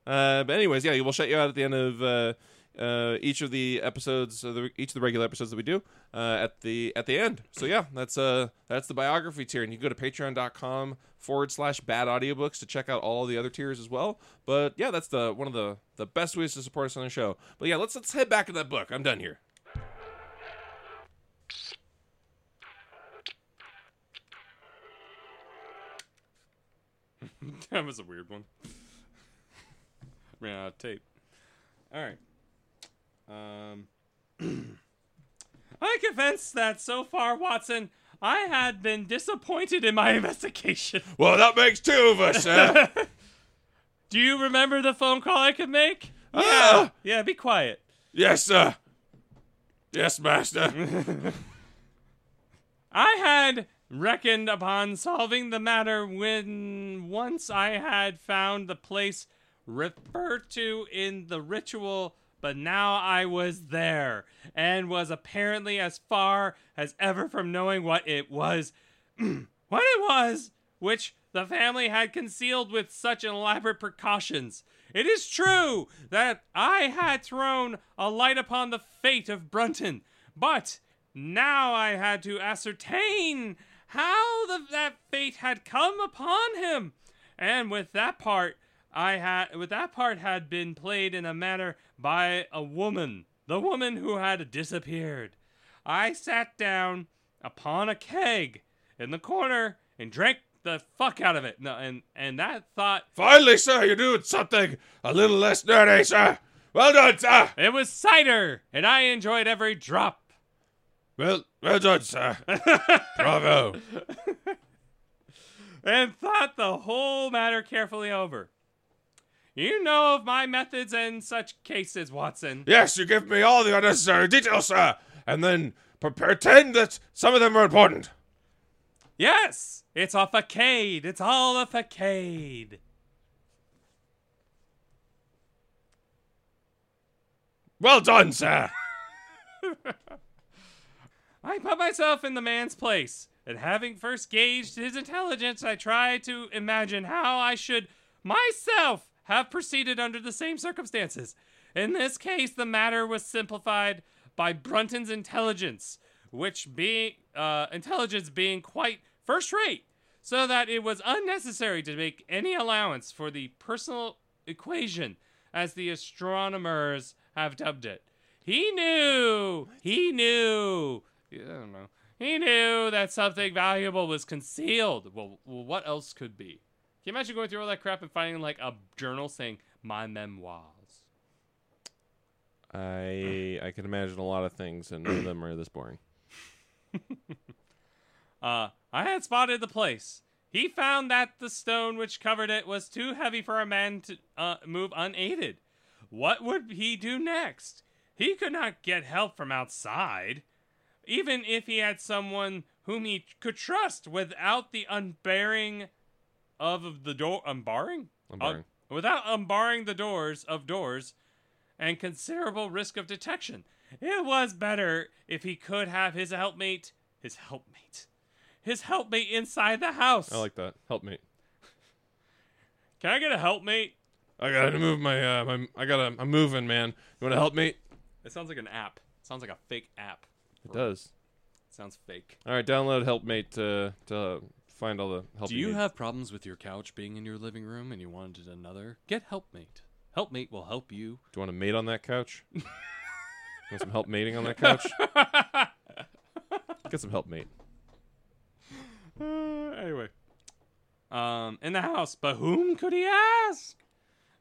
Speaker 4: Uh, but anyways, yeah, we'll shut you out at the end of uh, uh, each of the episodes, uh, the, each of the regular episodes that we do uh, at the at the end. So yeah, that's uh that's the biography tier, and you can go to patreon.com forward slash bad audiobooks to check out all the other tiers as well. But yeah, that's the one of the the best ways to support us on the show.
Speaker 2: But yeah, let's let's head back to that book. I'm done here.
Speaker 1: that was a weird one. Ran out of tape. All right. Um, I confess that so far, Watson, I had been disappointed in my investigation.
Speaker 2: Well, that makes two of us. Uh,
Speaker 1: Do you remember the phone call I could make?
Speaker 2: Ah!
Speaker 1: yeah, be quiet.
Speaker 2: yes, sir. Yes, master.
Speaker 1: I had reckoned upon solving the matter when once I had found the place referred to in the ritual, but now I was there and was apparently as far as ever from knowing what it was. what it was, which the family had concealed with such elaborate precautions. It is true that I had thrown a light upon the fate of Brunton, but now I had to ascertain how the, that fate had come upon him. And with that part, I had with that part had been played in a manner by a woman, the woman who had disappeared. I sat down upon a keg in the corner and drank the fuck out of it. No, and and that thought
Speaker 2: Finally, sir, you're doing something a little less nerdy, sir. Well done, sir.
Speaker 1: it was cider, and I enjoyed every drop.
Speaker 2: Well, well done, sir. Bravo.
Speaker 1: and thought the whole matter carefully over. You know of my methods in such cases, Watson.
Speaker 2: Yes, you give me all the unnecessary details, sir, and then pre- pretend that some of them are important.
Speaker 1: Yes, it's a facade. It's all a facade.
Speaker 2: Well done, sir.
Speaker 1: I put myself in the man's place, and having first gauged his intelligence, I tried to imagine how I should myself have proceeded under the same circumstances. In this case, the matter was simplified by Brunton's intelligence, which being uh, intelligence being quite first rate, so that it was unnecessary to make any allowance for the personal equation, as the astronomers have dubbed it. He knew. He knew. I don't know. He knew that something valuable was concealed. Well, well what else could be? Can you imagine going through all that crap and finding like a journal saying my memoirs?
Speaker 4: I I can imagine a lot of things, and none of them are this boring.
Speaker 1: Uh, I had spotted the place. He found that the stone which covered it was too heavy for a man to uh, move unaided. What would he do next? He could not get help from outside, even if he had someone whom he could trust without the unbearing of the door. Unbarring?
Speaker 4: Unbarring.
Speaker 1: Uh, without unbarring the doors of doors and considerable risk of detection. It was better if he could have his helpmate, his helpmate, his helpmate inside the house.
Speaker 4: I like that. Help me.
Speaker 1: Can I get a helpmate?
Speaker 2: I gotta move my, uh, my I gotta, I'm moving, man. You wanna help me?
Speaker 1: It sounds like an app. It sounds like a fake app.
Speaker 4: It does.
Speaker 1: It sounds fake.
Speaker 4: All right, download Helpmate to to find all the help.
Speaker 1: Do you
Speaker 4: need.
Speaker 1: have problems with your couch being in your living room and you wanted another? Get helpmate. Helpmate will help you.
Speaker 4: Do you want to mate on that couch? want some help mating on that couch? Get some help mate.
Speaker 1: Uh, anyway. Um, in the house, but whom could he ask?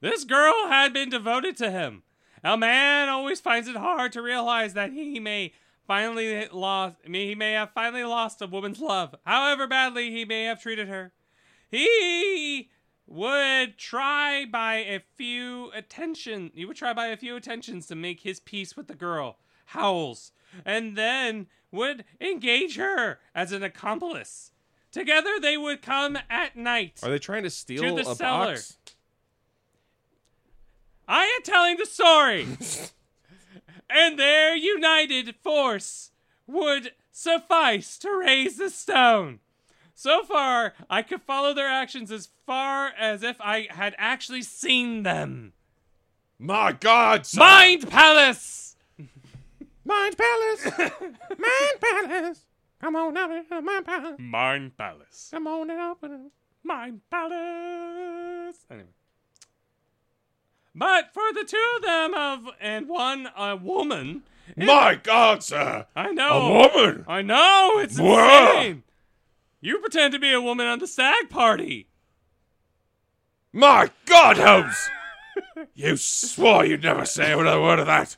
Speaker 1: This girl had been devoted to him. A man always finds it hard to realize that he may finally lost he may have finally lost a woman's love, however badly he may have treated her. He would try by a few attention he would try by a few attentions to make his peace with the girl, Howells, and then would engage her as an accomplice. Together they would come at night.
Speaker 4: Are they trying to steal
Speaker 1: the
Speaker 4: a
Speaker 1: cellar.
Speaker 4: box?
Speaker 1: I am telling the story. and their united force would suffice to raise the stone. So far, I could follow their actions as far as if I had actually seen them.
Speaker 2: My God, son.
Speaker 1: Mind Palace!
Speaker 4: Mind Palace. Mind Palace. Come on up to Mind Palace.
Speaker 1: Mind Palace.
Speaker 4: Come on up. and-
Speaker 1: Mind Palace! Anyway. But for the two of them of and one a woman,
Speaker 2: My God, sir.
Speaker 1: I
Speaker 2: A
Speaker 1: know
Speaker 2: woman.
Speaker 1: I know it's
Speaker 2: Bruh.
Speaker 1: insane. You pretend to be a woman on the stag party.
Speaker 2: My God, Holmes. you swore you'd never say another word of that.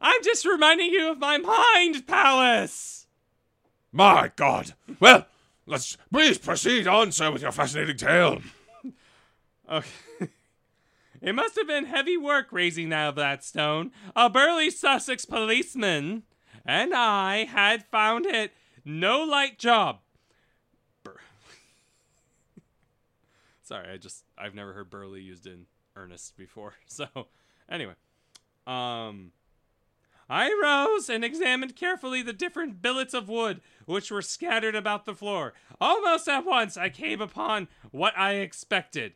Speaker 1: I'm just reminding you of my mind palace.
Speaker 2: My God. Well, let's please proceed on, sir, with your fascinating tale.
Speaker 1: Okay. it must have been heavy work raising now that stone. A burly Sussex policeman and I had found it no light job. Bur- Sorry, I just I've never heard burly used in earnest before. So, anyway, um I rose and examined carefully the different billets of wood which were scattered about the floor. Almost at once I came upon what I expected.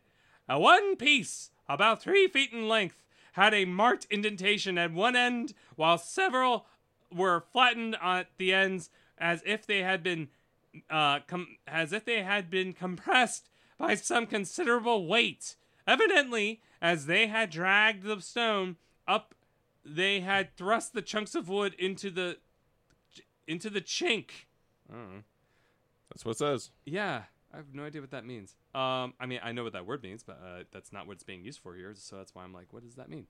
Speaker 1: A one piece, about three feet in length, had a marked indentation at one end, while several were flattened at the ends as if they had been uh, com- as if they had been compressed by some considerable weight. Evidently, as they had dragged the stone up, they had thrust the chunks of wood into the into the chink.
Speaker 4: That's what it says.
Speaker 1: Yeah, I have no idea what that means. Um, I mean, I know what that word means, but uh, that's not what it's being used for here, so that's why I'm like, what does that mean?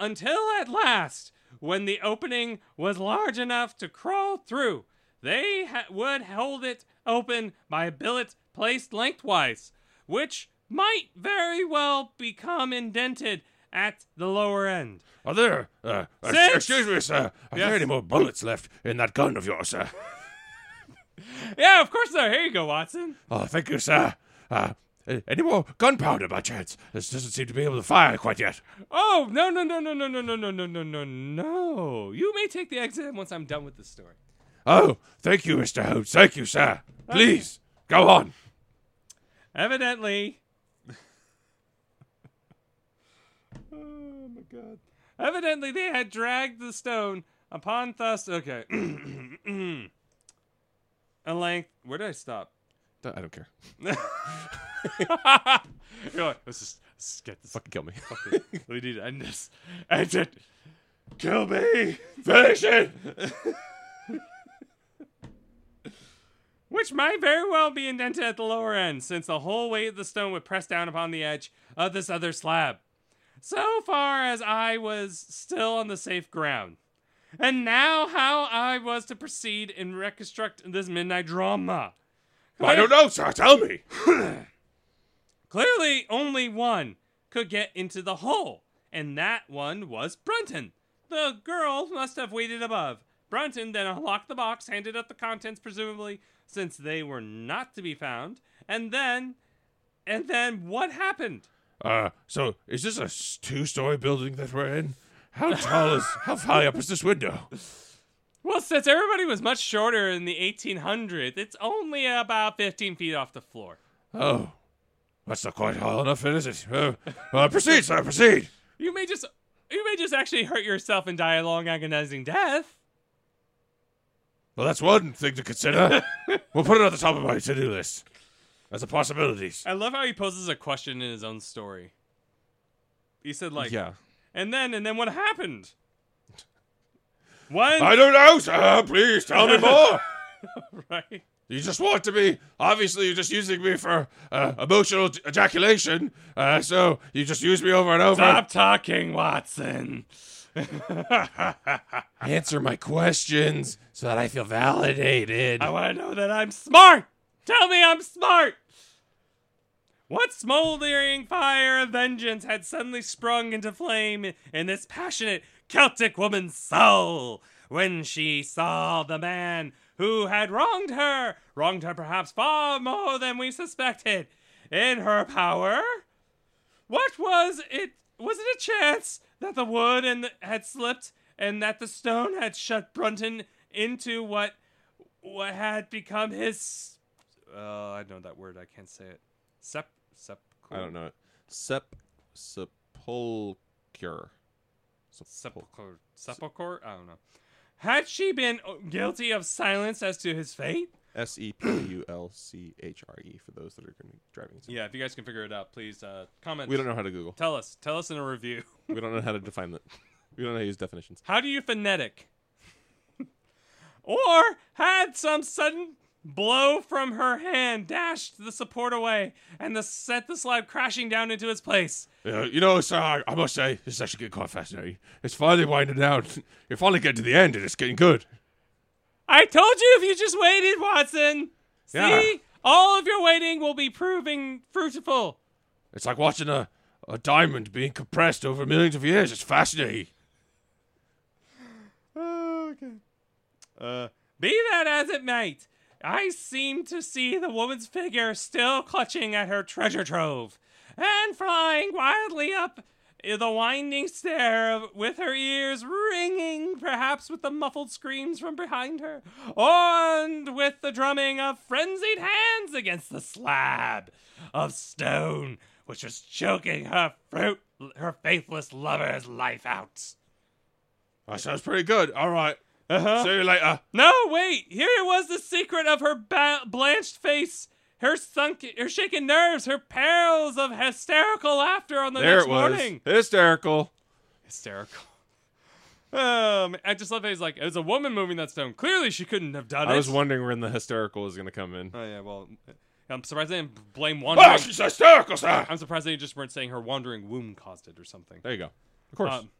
Speaker 1: Until at last, when the opening was large enough to crawl through, they ha- would hold it open by a billet placed lengthwise, which might very well become indented at the lower end.
Speaker 2: Are there, uh, ex-
Speaker 1: Since-
Speaker 2: excuse me, sir, are
Speaker 1: Yes.
Speaker 2: there any more bullets left in that gun of yours, sir?
Speaker 1: Yeah, of course there. Here you go, Watson.
Speaker 2: Oh, thank you, sir. Uh, a- any more gunpowder by chance? This doesn't seem to be able to fire quite yet.
Speaker 1: Oh no no no no no no no no no no no no! You may take the exit once I'm done with this story.
Speaker 2: Oh, thank you, Mr. Holmes. Thank you, sir. Please, go on.
Speaker 1: Evidently. oh my god. Evidently, they had dragged the stone upon thrust. Okay. A length. Where did I stop?
Speaker 4: D- I don't care.
Speaker 1: You're like, let's just, let's just get this.
Speaker 4: Fucking kill me.
Speaker 1: we need to end this. End it. Kill me.
Speaker 2: Finish it!
Speaker 1: which might very well be indented at the lower end, since the whole weight of the stone would press down upon the edge of this other slab. So far as I was still on the safe ground. And now, how I was to proceed and reconstruct this midnight drama.
Speaker 2: I don't know, sir. Tell me.
Speaker 1: Clearly, only one could get into the hole, and that one was Brunton. The girl must have waited above. Brunton then unlocked the box, handed up the contents, presumably, since they were not to be found, and then. And then what happened?
Speaker 2: Uh, so is this a s- two-story building that we're in? How tall is? How high up is this window?
Speaker 1: Well, since everybody was much shorter in the 1800s, it's only about 15 feet off the floor.
Speaker 2: Oh, that's not quite high enough, is it? Uh, uh, proceed, sir. Proceed.
Speaker 1: You may just. You may just actually hurt yourself and die a long, agonizing death.
Speaker 2: Well, that's one thing to consider. we'll put it on the top of my to-do list as a possibility.
Speaker 1: I love how he poses a question in his own story. He said, like,
Speaker 4: yeah.
Speaker 1: and then, and then what happened? One,
Speaker 2: I don't know, sir. Please tell me more.
Speaker 1: right?
Speaker 2: You just want to be. Obviously, you're just using me for uh, emotional ej- ejaculation. Uh, so you just use me over and over.
Speaker 1: Stop talking, Watson.
Speaker 2: Answer my questions so that I feel validated.
Speaker 1: I want to know that I'm smart. Tell me I'm smart. What smoldering fire of vengeance had suddenly sprung into flame in this passionate Celtic woman's soul? when she saw the man who had wronged her, wronged her perhaps far more than we suspected. In her power, what was it? Was it a chance that the wood and had slipped, and that the stone had shut Brunton into what what had become his? Uh, I know that word. I can't say it. Sep sep.
Speaker 4: I don't know it. Sep sepulcure.
Speaker 1: Sepulchre. Sepulchre? I don't know. Had she been uh, guilty of silence as to his fate?
Speaker 4: S E P U L C H R E for those that are gonna be driving.
Speaker 1: Yeah, if you guys can figure it out, please uh, comment.
Speaker 4: We don't know how to Google.
Speaker 1: Tell us. Tell us in a review.
Speaker 4: We don't know how to define that. We don't know how to use definitions.
Speaker 1: How do you phonetic? or had some sudden blow from her hand dashed the support away and the set the slab crashing down into its place.
Speaker 2: Yeah, you know, so I, I must say, this is actually getting quite fascinating. It's finally winding down. You're finally getting to the end, and it's getting good.
Speaker 1: I told you if you just waited, Watson. See?
Speaker 2: Yeah.
Speaker 1: All of your waiting will be proving fruitful.
Speaker 2: It's like watching a, a diamond being compressed over millions of years. It's fascinating.
Speaker 1: okay. Uh, be that as it might, I seem to see the woman's figure still clutching at her treasure trove and flying wildly up the winding stair of- with her ears ringing perhaps with the muffled screams from behind her and with the drumming of frenzied hands against the slab of stone which was choking her fruit her faithless lover's life out
Speaker 2: That sounds pretty good. All right.
Speaker 1: uh-huh.
Speaker 2: See you later.
Speaker 1: No, wait. Here it was the secret of her ba- blanched face, her sunk, her shaken nerves, her perils of hysterical laughter on the
Speaker 4: There
Speaker 1: next
Speaker 4: it was.
Speaker 1: morning.
Speaker 4: Hysterical.
Speaker 1: Hysterical. Um, I just love how he's like, it was a woman moving that stone. Clearly, she couldn't have done it.
Speaker 4: I was wondering when the hysterical was gonna come in.
Speaker 1: Oh yeah, well, I'm surprised they didn't blame
Speaker 4: Ah,
Speaker 1: wandering.
Speaker 2: Oh, she's hysterical, sir.
Speaker 1: I'm surprised they just weren't saying her wandering womb caused it or something.
Speaker 4: There you go. Of course.
Speaker 1: Um,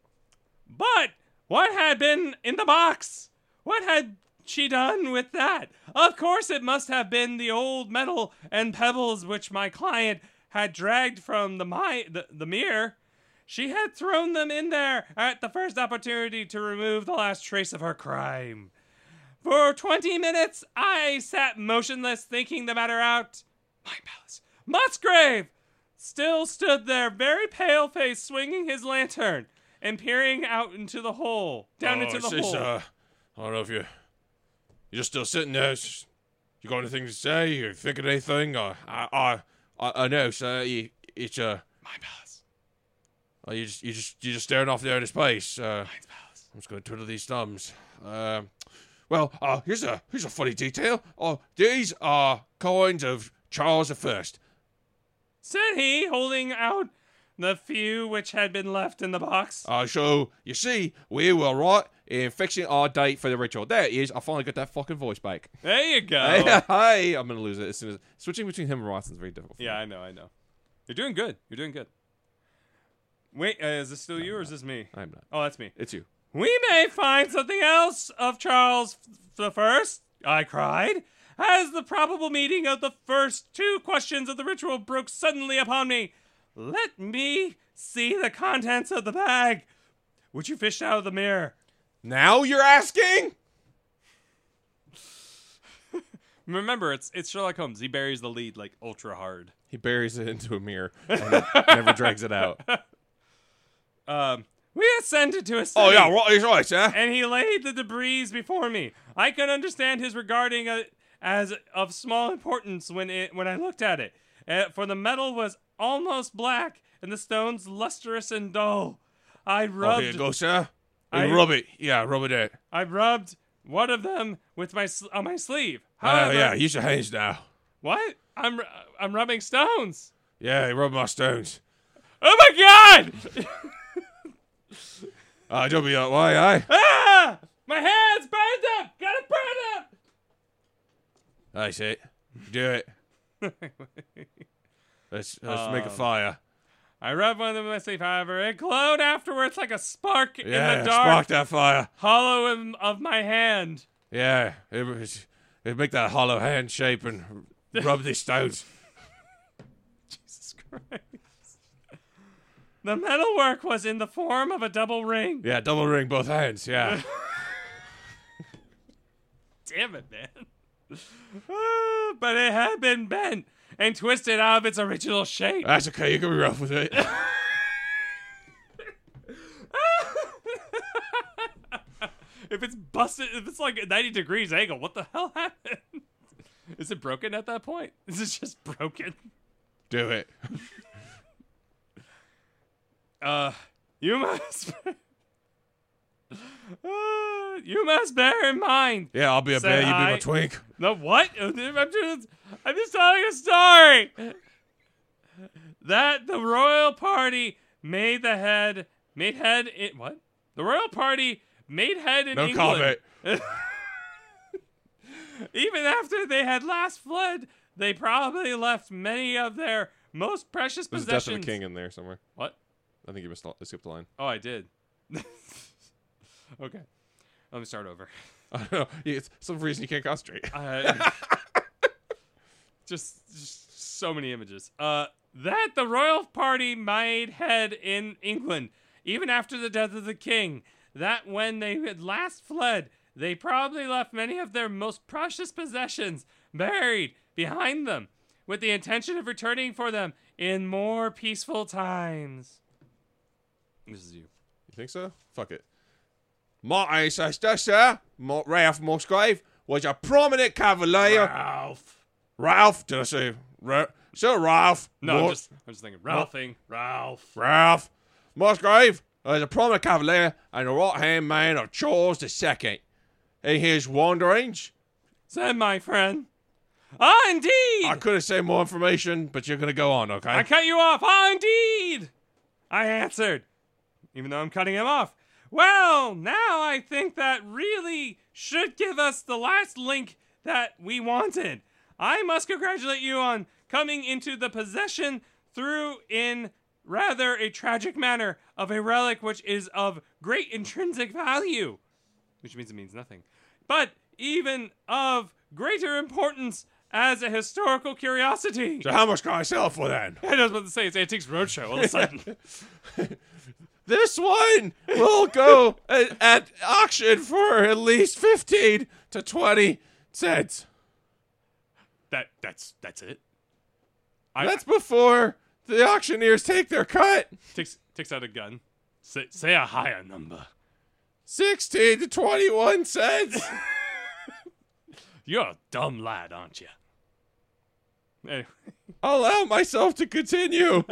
Speaker 1: but what had been in the box? What had she done with that? Of course, it must have been the old metal and pebbles which my client had dragged from the, mi- the, the mirror. She had thrown them in there at the first opportunity to remove the last trace of her crime. For 20 minutes, I sat motionless, thinking the matter out. My palace. Musgrave! still stood there, very pale faced, swinging his lantern and peering out into the hole, down
Speaker 2: Oh,
Speaker 1: into the
Speaker 2: it's- it's,
Speaker 1: hole.
Speaker 2: uh, I don't know if you you're just still sitting there. It's- You got anything to say? You think of anything? I I I, I, I know, sir. You, it's uh,
Speaker 1: My palace,
Speaker 2: uh, you just you just you're just staring off there into space. Uh,
Speaker 1: my palace.
Speaker 2: I'm just gonna twiddle these thumbs. Um, well, uh, here's a here's a funny detail. Oh, these are coins of Charles the First.
Speaker 1: Said he, holding out the few which had been left in the box.
Speaker 2: Uh, so you see, we were right in fixing our date for the ritual. There it is. I finally got that fucking voice back.
Speaker 1: there you go.
Speaker 4: Hey, hey, I'm gonna lose it as soon as switching between him and Watson's very difficult. for
Speaker 1: yeah,
Speaker 4: me.
Speaker 1: I know, I know. You're doing good. You're doing good. Wait, uh, is this still you or is this me?
Speaker 4: I'm not.
Speaker 1: Oh, that's me.
Speaker 4: It's you.
Speaker 1: We may find something else of Charles f- the First, I cried, as the probable meeting of the first two questions of the ritual broke suddenly upon me. Let me see the contents of the bag, which you fished out of the mirror.
Speaker 4: Now you're asking?
Speaker 1: Remember, it's it's Sherlock Holmes. He buries the lead like ultra hard.
Speaker 4: He buries it into a mirror and never drags it out.
Speaker 1: Um, we ascended to a
Speaker 2: Oh
Speaker 1: city.
Speaker 2: yeah, right, he's right, sir.
Speaker 1: and he laid the debris before me. I could understand his regarding it as of small importance when it when I looked at it, uh, for the metal was almost black and the stones lustrous and dull. I
Speaker 2: Oh, here you
Speaker 1: rubbed,
Speaker 2: go, sir.
Speaker 1: um, I-
Speaker 2: And rub it. Yeah, rub it out.
Speaker 1: I rubbed one of them with my sl- on my sleeve.
Speaker 2: Oh,
Speaker 1: However,
Speaker 2: yeah, use your hands now.
Speaker 1: what? I'm ru- I'm rubbing stones.
Speaker 2: Yeah, rub my stones.
Speaker 1: Oh my god!
Speaker 2: Uh, don't be that way, eh?
Speaker 1: ah! My hands burned up. Gotta burn up.
Speaker 2: That's it. Do it. Let's let's make a
Speaker 1: Um,
Speaker 2: fire.
Speaker 1: I rubbed one of them with my sleeve. However, it glowed afterwards like a spark
Speaker 2: Yeah,
Speaker 1: in the dark.
Speaker 2: spark that fire.
Speaker 1: hollow of- of my hand.
Speaker 2: Yeah, it, was- it make that hollow hand shape and rub these stones.
Speaker 1: Jesus Christ. The metalwork was in the form of a double ring.
Speaker 2: Yeah, double ring both hands. Yeah.
Speaker 1: damn it, man. Ah, but it had been bent and twisted out of its original shape.
Speaker 2: That's okay. You can be rough with it.
Speaker 1: if it's busted, if it's like a 90 degrees angle, what the hell happened? Is it broken at that point? Is it just broken?
Speaker 2: Do it.
Speaker 1: Uh, you must. Uh, you must bear in mind.
Speaker 2: Yeah, I'll be a
Speaker 1: Say
Speaker 2: bear. You be
Speaker 1: hi.
Speaker 2: my twink.
Speaker 1: No, what? I'm just, I'm just telling a story. That the royal party made the head made head in what? The royal party made head in
Speaker 2: No
Speaker 1: England.
Speaker 2: comment.
Speaker 1: Even after they had last fled, they probably left many of their most precious
Speaker 4: There's Death of
Speaker 1: possessions.
Speaker 4: the King in there somewhere.
Speaker 1: What?
Speaker 4: I think you missed I skipped a line.
Speaker 1: Oh, I did. okay, let me start over.
Speaker 2: I don't know. It's some reason you can't concentrate.
Speaker 1: Uh, just, just so many images. Uh, that the royal party made head in England, even after the death of the king. That when they had last fled, they probably left many of their most precious possessions buried behind them, with the intention of returning for them in more peaceful times. This is you.
Speaker 4: You think so? Fuck it.
Speaker 2: My ancestor, sir, Mo- Ralph Musgrave, was a prominent cavalier.
Speaker 1: Ralph.
Speaker 2: Ralph, did I say Ra- Sir Ralph?
Speaker 1: No, I'm
Speaker 2: Mus-
Speaker 1: just, I'm just thinking Ralphing. Ralph.
Speaker 2: Ralph Musgrave was a prominent cavalier and the right-hand man of Charles II. In his wanderings,
Speaker 1: said my friend. Ah, indeed!
Speaker 2: I could have said more information, but you're gonna go on, okay?
Speaker 1: I cut you off. Ah, indeed! I answered, even though I'm cutting him off. Well, now I think that really should give us the last link that we wanted. I must congratulate you on coming into the possession through in rather a tragic manner of a relic which is of great intrinsic value. which means it means nothing, but even of greater importance as a historical curiosity.
Speaker 2: so how much can I sell for then?
Speaker 1: I was about to say it's Antiques Roadshow all of a sudden.
Speaker 2: This one will go at, at auction for at least fifteen to twenty cents.
Speaker 1: that that's that's it.
Speaker 2: That's before the auctioneers take their cut.
Speaker 1: Takes takes out a gun. Say say a higher number.
Speaker 2: Sixteen to twenty-one cents.
Speaker 1: You're a dumb lad, aren't you? Anyway,
Speaker 2: I'll allow myself to continue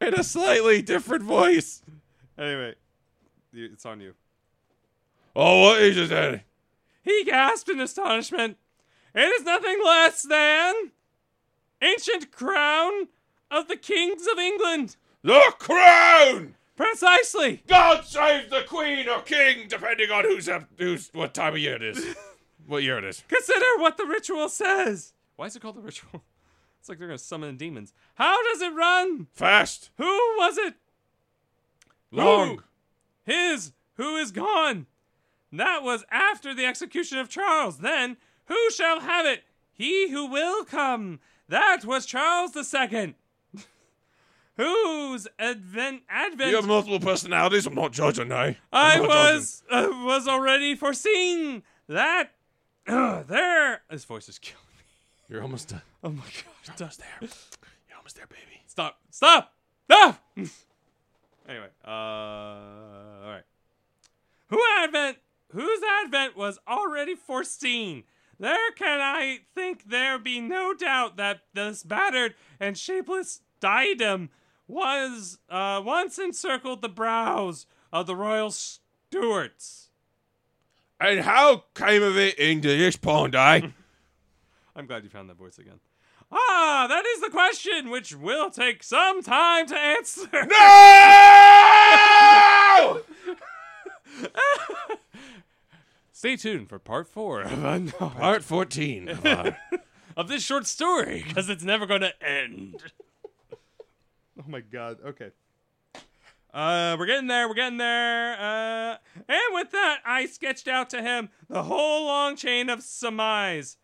Speaker 2: in a slightly different voice.
Speaker 1: anyway, you- it's on you.
Speaker 2: Oh, what is it then?
Speaker 1: He gasped in astonishment. It is nothing less than ancient crown of the kings of England.
Speaker 2: The crown!
Speaker 1: Precisely.
Speaker 2: God save the queen or king, depending on who's up, who's what time of year it is, what year it is.
Speaker 1: Consider what the ritual says. Why is it called the ritual? It's like they're gonna summon demons. How does it run?
Speaker 2: Fast,
Speaker 1: Who was it?
Speaker 2: long.
Speaker 1: His who is gone. That was after the execution of Charles. Then who shall have it? He who will come. That was Charles the Second. Whose advent advent
Speaker 2: You have multiple personalities. I'm not judging, eh?
Speaker 1: I
Speaker 2: I'm not judging.
Speaker 1: was uh, was already foreseeing that. Ugh, there, his voice is killing me.
Speaker 2: You're almost done.
Speaker 1: Oh my gosh!
Speaker 2: Almost there. You're almost there, baby.
Speaker 1: Stop! Stop! No! anyway, uh, all right. Who advent? Whose advent was already foreseen? There can I think there be no doubt that this battered and shapeless diadem was uh, once encircled the brows of the royal Stuarts.
Speaker 2: And how came of it into this pond, eh?
Speaker 1: I'm glad you found that voice again. Ah, that is the question which will take some time to answer.
Speaker 2: no!
Speaker 1: Stay tuned for part four of Unknown.
Speaker 2: Part 14. of our-
Speaker 1: of this short story because it's never going to end. oh my god. Okay. Uh, we're getting there. We're getting there. Uh, and with that, I sketched out to him the whole long chain of surmise,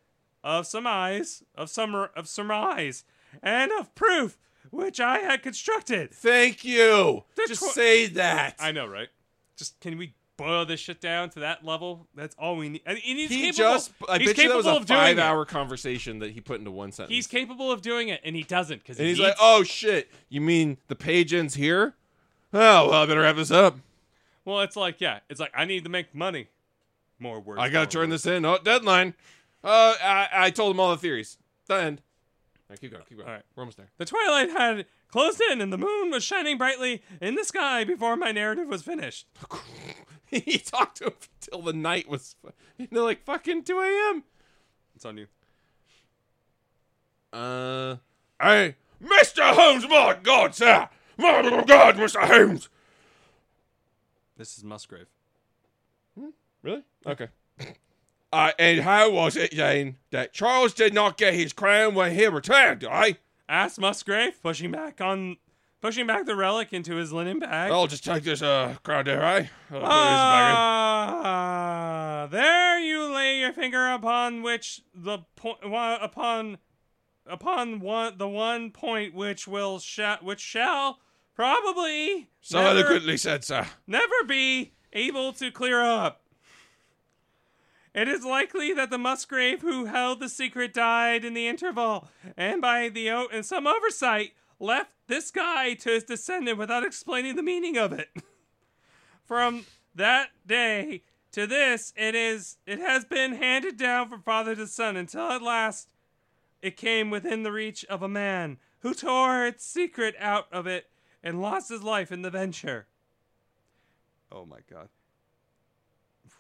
Speaker 1: of surmise, of summer, of surmise, and of proof which I had constructed.
Speaker 2: Thank you.
Speaker 1: The
Speaker 2: Just
Speaker 1: tw-
Speaker 2: say that.
Speaker 1: I know, right? Just can we boil this shit down to that level. That's all we need. And and he's
Speaker 4: He
Speaker 1: capable.
Speaker 4: just. I
Speaker 1: he's
Speaker 4: bet you that was
Speaker 1: capable
Speaker 4: a
Speaker 1: of doing it.
Speaker 4: five-hour conversation that he put into one sentence.
Speaker 1: He's capable of doing it, and he doesn't because
Speaker 4: and he's
Speaker 1: needs
Speaker 4: like, "Oh shit! You mean the page ends here? Oh well, I better wrap this up.
Speaker 1: Well, it's like, yeah, it's like I need to make money. More words.
Speaker 4: I gotta
Speaker 1: more
Speaker 4: turn this in. Oh, deadline. Uh, I, I told him all the theories. The end. All right, keep going. Keep going.
Speaker 1: All right.
Speaker 4: we're almost there.
Speaker 1: The twilight had closed in, and the moon was shining brightly in the sky before my narrative was finished.
Speaker 4: he talked to him till the night was. You know, like fucking two a.m.
Speaker 1: It's on you.
Speaker 4: Uh,
Speaker 2: Hey, Mr. Holmes, my God, sir! My little God, Mr. Holmes!
Speaker 1: This is Musgrave.
Speaker 4: really? Okay.
Speaker 2: Uh, and how was it, then, that Charles did not get his crown when he returned, eh?
Speaker 1: Asked Musgrave, pushing back on, pushing back the relic into his linen bag.
Speaker 2: I'll just take this uh, crown there, eh? I'll put it in this
Speaker 1: Uh,
Speaker 2: bag. eh?
Speaker 1: Ah, there you lay your finger upon which the point upon upon one the one point which will sha- which shall probably
Speaker 2: so
Speaker 1: never-
Speaker 2: eloquently said, sir.
Speaker 1: never be able to clear up. It is likely that the Musgrave who held the secret died in the interval, and by the o- and some oversight left this guy to his descendant without explaining the meaning of it. From that day to this, it is it has been handed down from father to son until at last it came within the reach of a man who tore its secret out of it and lost his life in the venture.
Speaker 4: Oh my god.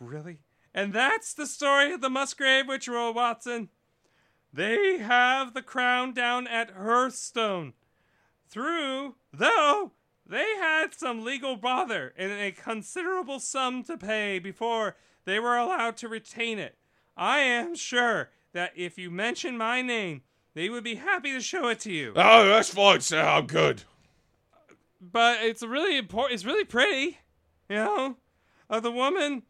Speaker 1: Really? And that's the story of the Musgrave Ritual, Watson. They have the crown down at Hearthstone. Through, though, they had some legal bother and a considerable sum to pay before they were allowed to retain it. I am sure that if you mention my name, they would be happy to show it to you.
Speaker 2: Oh, that's fine, sir, I'm good.
Speaker 1: But it's really important. It's really pretty, you know. Of the woman,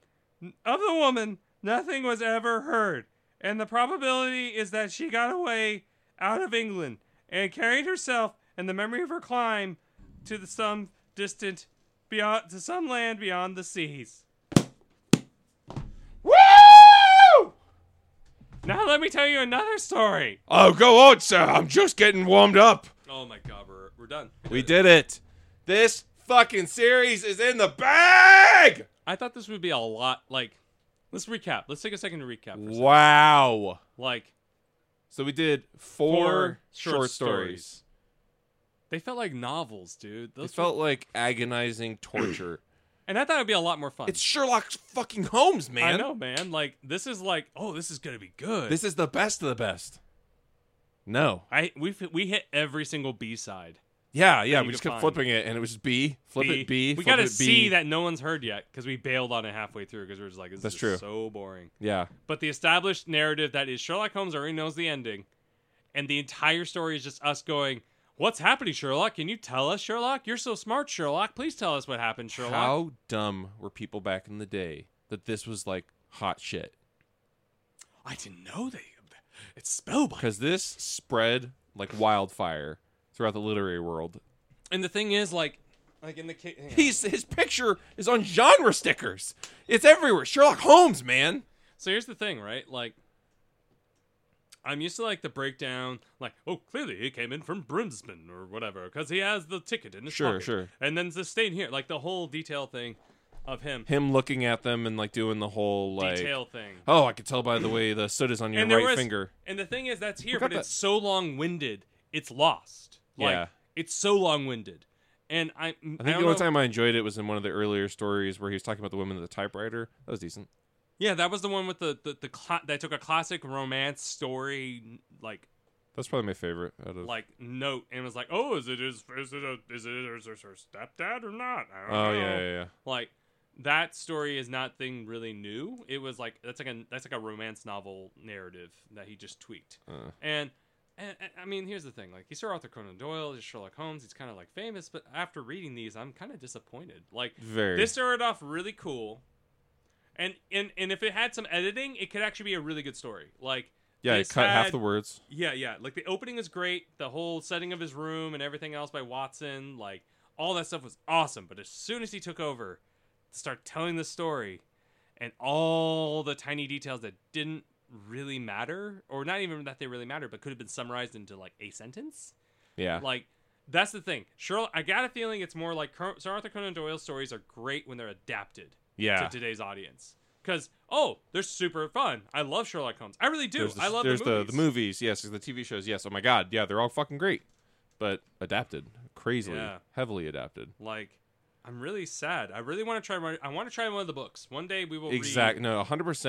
Speaker 1: of the woman, nothing was ever heard, and the probability is that she got away out of England and carried herself and the memory of her climb to the some distant beyond to some land beyond the seas.
Speaker 2: Woo!
Speaker 1: Now let me tell you another story.
Speaker 2: Oh, go on, sir, I'm just getting warmed up.
Speaker 1: Oh my God, we're we're done.
Speaker 4: We did it. This fucking series is in the
Speaker 2: Bag!
Speaker 1: I thought this would be a lot. Like, let's recap. Let's take a second to recap. For a second.
Speaker 4: Wow.
Speaker 1: Like,
Speaker 4: So we did four,
Speaker 1: Four short
Speaker 4: short, stories.
Speaker 1: stories. they felt like novels, dude.
Speaker 4: It
Speaker 1: Those were
Speaker 4: felt like agonizing torture.
Speaker 1: And I thought it'd be a lot more fun.
Speaker 4: it's Sherlock fucking Holmes, man.
Speaker 1: I know, man. Like this is like, oh, this is gonna be good.
Speaker 4: This is the best of the best. No.
Speaker 1: I we f- we hit every single B side.
Speaker 4: Yeah, yeah.
Speaker 1: you
Speaker 4: We just
Speaker 1: could
Speaker 4: kept
Speaker 1: find.
Speaker 4: flipping it, and it was just B. Flip it B.
Speaker 1: We
Speaker 4: flip
Speaker 1: gotta
Speaker 4: it, B.
Speaker 1: see that no one's heard yet because we bailed on it halfway through because we are just like, this
Speaker 4: That's
Speaker 1: is
Speaker 4: true.
Speaker 1: so boring.
Speaker 4: Yeah.
Speaker 1: But the established narrative that is Sherlock Holmes already knows the ending, and the entire story is just us going, "What's happening, Sherlock? Can you tell us, Sherlock? You're so smart, Sherlock. Please tell us what happened, Sherlock."
Speaker 4: How dumb were people back in the day that this was like hot shit?
Speaker 1: I didn't know they. It's spellbinding.
Speaker 4: Because this spread like wildfire throughout the literary world.
Speaker 1: And the thing is, like, like in the case,
Speaker 4: He's his picture is on genre stickers. It's everywhere. Sherlock Holmes, man.
Speaker 1: So here's the thing, right? Like, I'm used to like the breakdown, like, oh, clearly he came in from Brisbane or whatever, because he has the ticket in his
Speaker 4: Sure,
Speaker 1: pocket.
Speaker 4: sure.
Speaker 1: And then the staying here, like the whole detail thing of him,
Speaker 4: Him looking at them and like doing the whole like
Speaker 1: detail thing.
Speaker 4: Oh, I could tell by the way the soot is on your
Speaker 1: and
Speaker 4: right finger.
Speaker 1: And the thing is, that's here,
Speaker 4: got
Speaker 1: but it's so long-winded, it's lost.
Speaker 4: Yeah.
Speaker 1: Like, it's so long-winded, and I. I
Speaker 4: I
Speaker 1: don't
Speaker 4: think the only
Speaker 1: know-
Speaker 4: time I enjoyed it was in one of the earlier stories where he was talking about the woman at the typewriter. That was decent.
Speaker 1: Yeah, that was the one with the the, the cla that took a classic romance story, like
Speaker 4: That's probably my favorite out of
Speaker 1: like note and was like, "Oh, is it is is it a is it is it her stepdad or not?" I don't
Speaker 4: Oh
Speaker 1: know.
Speaker 4: yeah, yeah, yeah.
Speaker 1: Like that story is not thing really new. It was like that's like a that's like a romance novel narrative that he just tweaked.
Speaker 4: Uh.
Speaker 1: And, and and- I mean, here's the thing: like he's Sir Arthur Conan Doyle, he's Sherlock Holmes, he's kind of like famous. But after reading these, I'm kind of disappointed. Like
Speaker 4: Very
Speaker 1: this started off really cool, and and and if it had some editing, it could actually be a really good story. Like
Speaker 4: Yeah, it
Speaker 1: this
Speaker 4: cut half
Speaker 1: had-
Speaker 4: the words.
Speaker 1: yeah, yeah. Like the opening is great. The whole setting of his room and everything else by Watson, like all that stuff was awesome. But as soon as he took over, start telling the story and all the tiny details that didn't really matter or not even that they really matter but could have been summarized into like a sentence
Speaker 2: Yeah.
Speaker 1: like that's the thing sherlock i got a feeling it's more like Cur- sir arthur conan doyle's stories are great when they're adapted
Speaker 2: yeah.
Speaker 1: to today's audience because oh they're super fun i love sherlock holmes i really do
Speaker 2: There's the,
Speaker 1: i love
Speaker 2: there's
Speaker 1: the movies.
Speaker 2: the movies, yes, there's the TV shows, yes. Oh my god, yeah, they're all fucking great. But adapted crazily,
Speaker 1: Yeah.
Speaker 2: heavily adapted.
Speaker 1: like i'm really sad i really want to try one- i want to try one of the books one day we will read-
Speaker 2: Exactly. No, 100%.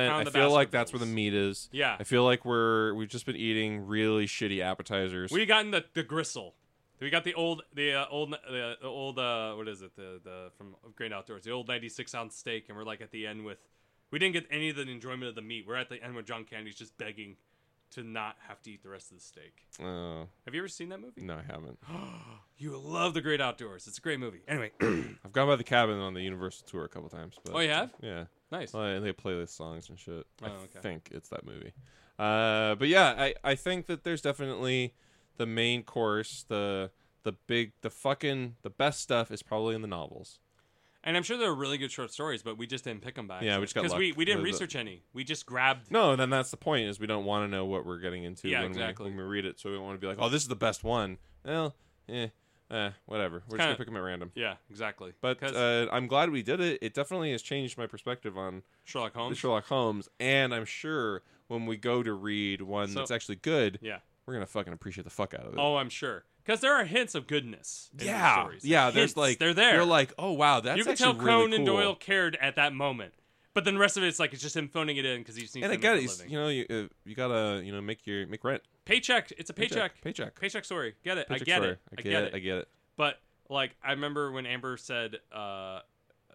Speaker 1: Pound
Speaker 2: I
Speaker 1: the
Speaker 2: feel like that's where
Speaker 1: Baskervilles.
Speaker 2: the meat is.
Speaker 1: yeah
Speaker 2: I feel like we're we've just been eating really shitty appetizers.
Speaker 1: we gotten the the gristle we got the old the uh, old the, the old uh what is it the the from great outdoors the old 96 ounce steak and we're like at the end with we didn't get any of the enjoyment of the meat we're at the end with john candy's just begging to not have to eat the rest of the steak
Speaker 2: Oh,
Speaker 1: have you ever seen that movie
Speaker 2: no, I haven't.
Speaker 1: you love the great outdoors it's a great movie anyway
Speaker 2: I've gone by the cabin on the Universal tour a couple times. But,
Speaker 1: Oh, you have?
Speaker 2: Yeah.
Speaker 1: nice
Speaker 2: Well, and they play the songs and shit. I
Speaker 1: Oh, okay.
Speaker 2: think it's that movie. Uh, but yeah, I, I think that there's definitely the main course, the the big, the fucking, the best stuff is probably in the novels.
Speaker 1: and i'm sure there are really good short stories but we just didn't pick them back
Speaker 2: Yeah, we just got
Speaker 1: because we,
Speaker 2: lucked
Speaker 1: we didn't
Speaker 2: with the-
Speaker 1: research any we just grabbed
Speaker 2: No, and then that's the point is we don't want to know what we're getting into
Speaker 1: Yeah,
Speaker 2: when,
Speaker 1: exactly.
Speaker 2: we, when we read it. So we want to be like, oh, this is the best one. Well, eh, eh whatever. We're just
Speaker 1: kinda-
Speaker 2: gonna pick them at random.
Speaker 1: yeah exactly
Speaker 2: But
Speaker 1: 'Cause
Speaker 2: uh, I'm glad we did it. It definitely has changed my perspective on
Speaker 1: sherlock
Speaker 2: the
Speaker 1: holmes
Speaker 2: Sherlock Holmes, and I'm sure when we go to read one
Speaker 1: So-
Speaker 2: that's actually good,
Speaker 1: yeah
Speaker 2: we're gonna fucking appreciate the fuck out of it.
Speaker 1: Oh, I'm sure. Because there are hints of goodness. In these
Speaker 2: yeah,
Speaker 1: stories.
Speaker 2: yeah. There's
Speaker 1: Hints.
Speaker 2: like
Speaker 1: they're there.
Speaker 2: You're like, oh wow, that's
Speaker 1: you can
Speaker 2: actually
Speaker 1: tell
Speaker 2: really
Speaker 1: Conan
Speaker 2: cool.
Speaker 1: Doyle cared at that moment, but then the rest of it's like it's just him phoning it in because he just needs
Speaker 2: And I
Speaker 1: to make
Speaker 2: get
Speaker 1: a
Speaker 2: it. he's-
Speaker 1: living.
Speaker 2: You know, you uh, you gotta you know make your make rent.
Speaker 1: paycheck. It's a paycheck. Paycheck,
Speaker 2: Paycheck.
Speaker 1: story. Get it. I
Speaker 2: Paycheck
Speaker 1: get
Speaker 2: story.
Speaker 1: it.
Speaker 2: I get it. I
Speaker 1: it.
Speaker 2: get it.
Speaker 1: But like I remember when Amber said, uh, uh,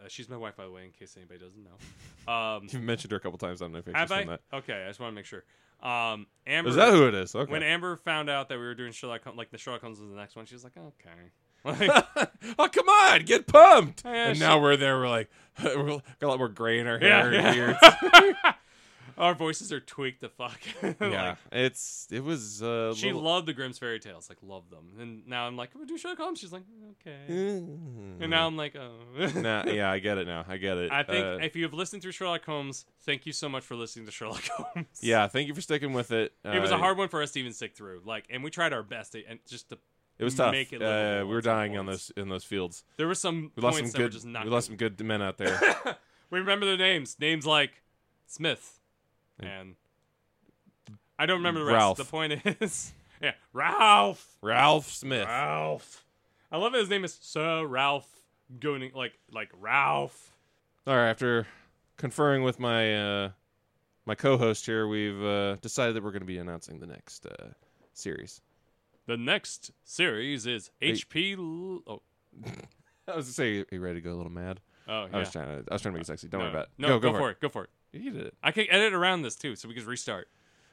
Speaker 1: "She's my wife," by the way, in case anybody doesn't know. Um,
Speaker 2: You've mentioned her a couple times. I don't know if you
Speaker 1: have
Speaker 2: actually
Speaker 1: I?
Speaker 2: said
Speaker 1: Okay, I just want to make sure. Um,
Speaker 2: that.
Speaker 1: Amber.
Speaker 2: Is that who it is? Okay.
Speaker 1: When Amber found out that we were doing Sherlock, Holmes, like the Sherlock Holmes was the next one, she was like, "Okay." Like,
Speaker 2: oh come on, get pumped!
Speaker 1: Yeah,
Speaker 2: and
Speaker 1: she-
Speaker 2: now we're there. We're like, we're got a lot more gray in our hair.
Speaker 1: Yeah.
Speaker 2: and beards.
Speaker 1: Our voices are tweaked the fuck.
Speaker 2: yeah.
Speaker 1: Like,
Speaker 2: It's it was. Uh,
Speaker 1: she
Speaker 2: little...
Speaker 1: loved the Grimm's fairy tales, like loved them. And now I'm like, we do Sherlock Holmes. She's like, okay. And
Speaker 2: And
Speaker 1: now I'm like, oh.
Speaker 2: Mm-hmm. Mm. nah, yeah, I get it now. I get it.
Speaker 1: I think
Speaker 2: Uh,
Speaker 1: if you've listened through Sherlock Holmes, thank you so much for listening to Sherlock Holmes.
Speaker 2: yeah, thank you for sticking with it.
Speaker 1: it was a
Speaker 2: Uh,
Speaker 1: hard one for us to even stick through. Like, and we tried our best, to, and just to,
Speaker 2: It was tough.
Speaker 1: make it
Speaker 2: uh,
Speaker 1: livable
Speaker 2: we were
Speaker 1: at some
Speaker 2: dying on
Speaker 1: points.
Speaker 2: those in those fields.
Speaker 1: there were some
Speaker 2: We lost
Speaker 1: points
Speaker 2: some
Speaker 1: that were
Speaker 2: good.
Speaker 1: just not.
Speaker 2: we lost
Speaker 1: good.
Speaker 2: some good men out there.
Speaker 1: We remember their names, names like Smith, and I don't remember the rest.
Speaker 2: Ralph.
Speaker 1: The point is, yeah, Ralph.
Speaker 2: Ralph Smith.
Speaker 1: Ralph. I love that his name is Sir Ralph Going like like Ralph.
Speaker 2: All right, after conferring with my uh, my co-host here, we've uh, decided that we're going to be announcing the next uh, series.
Speaker 1: The next series is HP. L- oh,
Speaker 2: I was gonna say, are you ready to go a little mad?
Speaker 1: oh yeah.
Speaker 2: I was trying to. I was trying to make it sexy. Don't
Speaker 1: no,
Speaker 2: worry about it.
Speaker 1: no,
Speaker 2: go, go,
Speaker 1: for it. Go for it.
Speaker 2: it. You did it.
Speaker 1: I can edit around this too, so we can restart.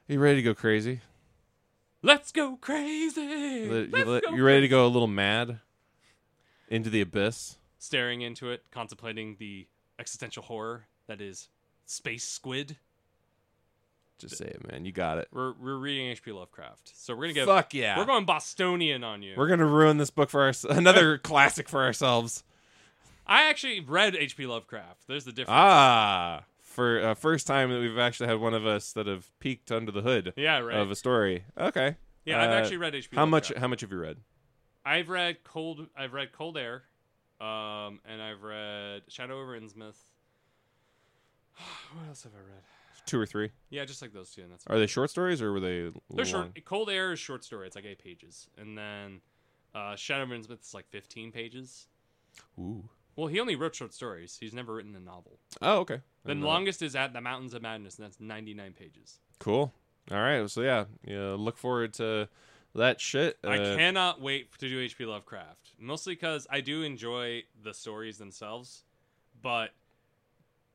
Speaker 2: You ready to go crazy?
Speaker 1: Let's go crazy.
Speaker 2: You, let- you
Speaker 1: Let's
Speaker 2: let-
Speaker 1: go
Speaker 2: you ready to go a little mad? Into the abyss.
Speaker 1: Staring into it, contemplating the existential horror that is space squid.
Speaker 2: Just say it, man. You got it.
Speaker 1: We're we're reading H.P. Lovecraft, so we're gonna get
Speaker 2: Fuck yeah.
Speaker 1: we're going Bostonian on you.
Speaker 2: We're gonna ruin this book for ours. Another classic for ourselves.
Speaker 1: I actually read H.P. Lovecraft. There's the difference.
Speaker 2: Ah, for uh, first time that we've actually had one of us that have peeked under the hood
Speaker 1: yeah, right.
Speaker 2: of a story. Okay.
Speaker 1: yeah, I've
Speaker 2: Uh,
Speaker 1: actually read H.P.
Speaker 2: How
Speaker 1: Lovecraft.
Speaker 2: much? How much have you read?
Speaker 1: I've read Cold. I've read Cold Air, um, and I've read Shadow over Innsmouth. what else have I read?
Speaker 2: Two or three?
Speaker 1: Yeah, just like those two, and that's.
Speaker 2: Are they short stories or were they?
Speaker 1: They're
Speaker 2: long?
Speaker 1: short. Cold Air is short story. It's like eight pages, and then uh, Shadow over Innsmouth is like fifteen pages.
Speaker 2: Ooh.
Speaker 1: Well, he only wrote short stories. He's never written a novel.
Speaker 2: Oh, okay. I
Speaker 1: The
Speaker 2: didn't know
Speaker 1: longest is at the Mountains of Madness, and that's ninety-nine pages.
Speaker 2: that. Cool. All right. So yeah, yeah. Look forward to that shit.
Speaker 1: I
Speaker 2: Uh,
Speaker 1: cannot wait to do H.P. Lovecraft, mostly because I do enjoy the stories themselves, but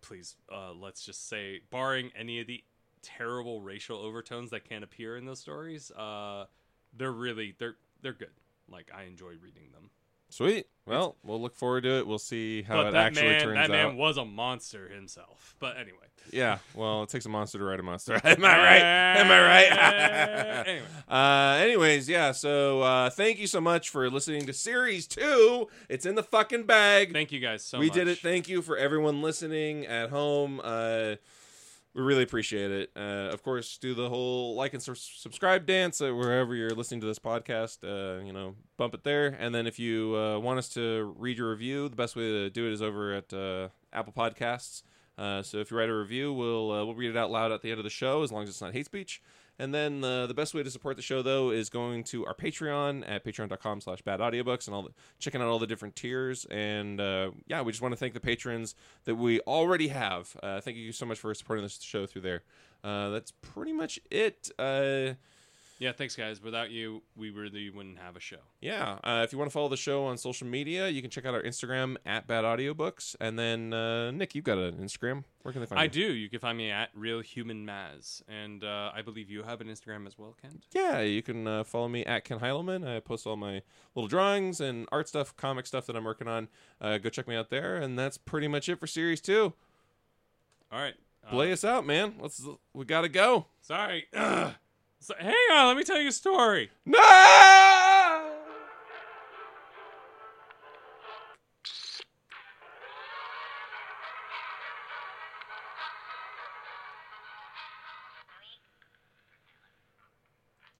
Speaker 1: please, uh, let's just say, barring any of the terrible racial overtones that can appear in those stories, uh, they're really they're they're good. Like I enjoy reading them.
Speaker 2: Sweet. Well, we'll look forward to it. We'll see how
Speaker 1: but
Speaker 2: it
Speaker 1: that
Speaker 2: actually
Speaker 1: man,
Speaker 2: turns
Speaker 1: that man
Speaker 2: out.
Speaker 1: was a monster himself. But anyway,
Speaker 2: Yeah. Well, it takes a monster to write a monster. Am I right? Am I
Speaker 1: Uh,
Speaker 2: right?
Speaker 1: anyway,
Speaker 2: Uh, anyways, yeah. So uh, thank you so much for listening to series two. It's in the fucking bag.
Speaker 1: thank you guys so
Speaker 2: we
Speaker 1: much.
Speaker 2: did it. Thank you for everyone listening at home. Uh, we really appreciate it. Uh, of course, do the whole like and su- subscribe dance uh, wherever you're listening to this podcast. Uh, you know, bump it there. And then if you uh, want us to read your review, the best way to do it is over at uh, Apple Podcasts. Uh, so if you write a review, we'll uh, we'll read it out loud at the end of the show, as long as it's not hate speech. And then uh, the best way to support the show though is going to our Patreon at patreon.com slash bad audiobooks and all the, checking out all the different tiers. And uh, yeah, we just want to thank the patrons that we already have. Uh, thank you so much for supporting this show through there. Uh, that's pretty much it. Uh,
Speaker 1: Yeah, thanks guys. Without you, we really wouldn't have a show.
Speaker 2: yeah, uh, if you want to follow the show on social media, you can check out our Instagram at bad audiobooks. And then uh, Nick, you've got an Instagram. Where can they find
Speaker 1: I
Speaker 2: you?
Speaker 1: do. You can find me at Real Human Maz, and uh, I believe you have an Instagram as well, Kent.
Speaker 2: yeah, you can uh, follow me at Ken Heilman. I post all my little drawings and art stuff, comic stuff that I'm working on. Uh, go check me out there. And that's pretty much it for series two.
Speaker 1: All right, uh,
Speaker 2: Play us out, man. Let's we gotta go.
Speaker 1: Sorry. Ugh. So, hang on, let me tell you a story.
Speaker 2: No!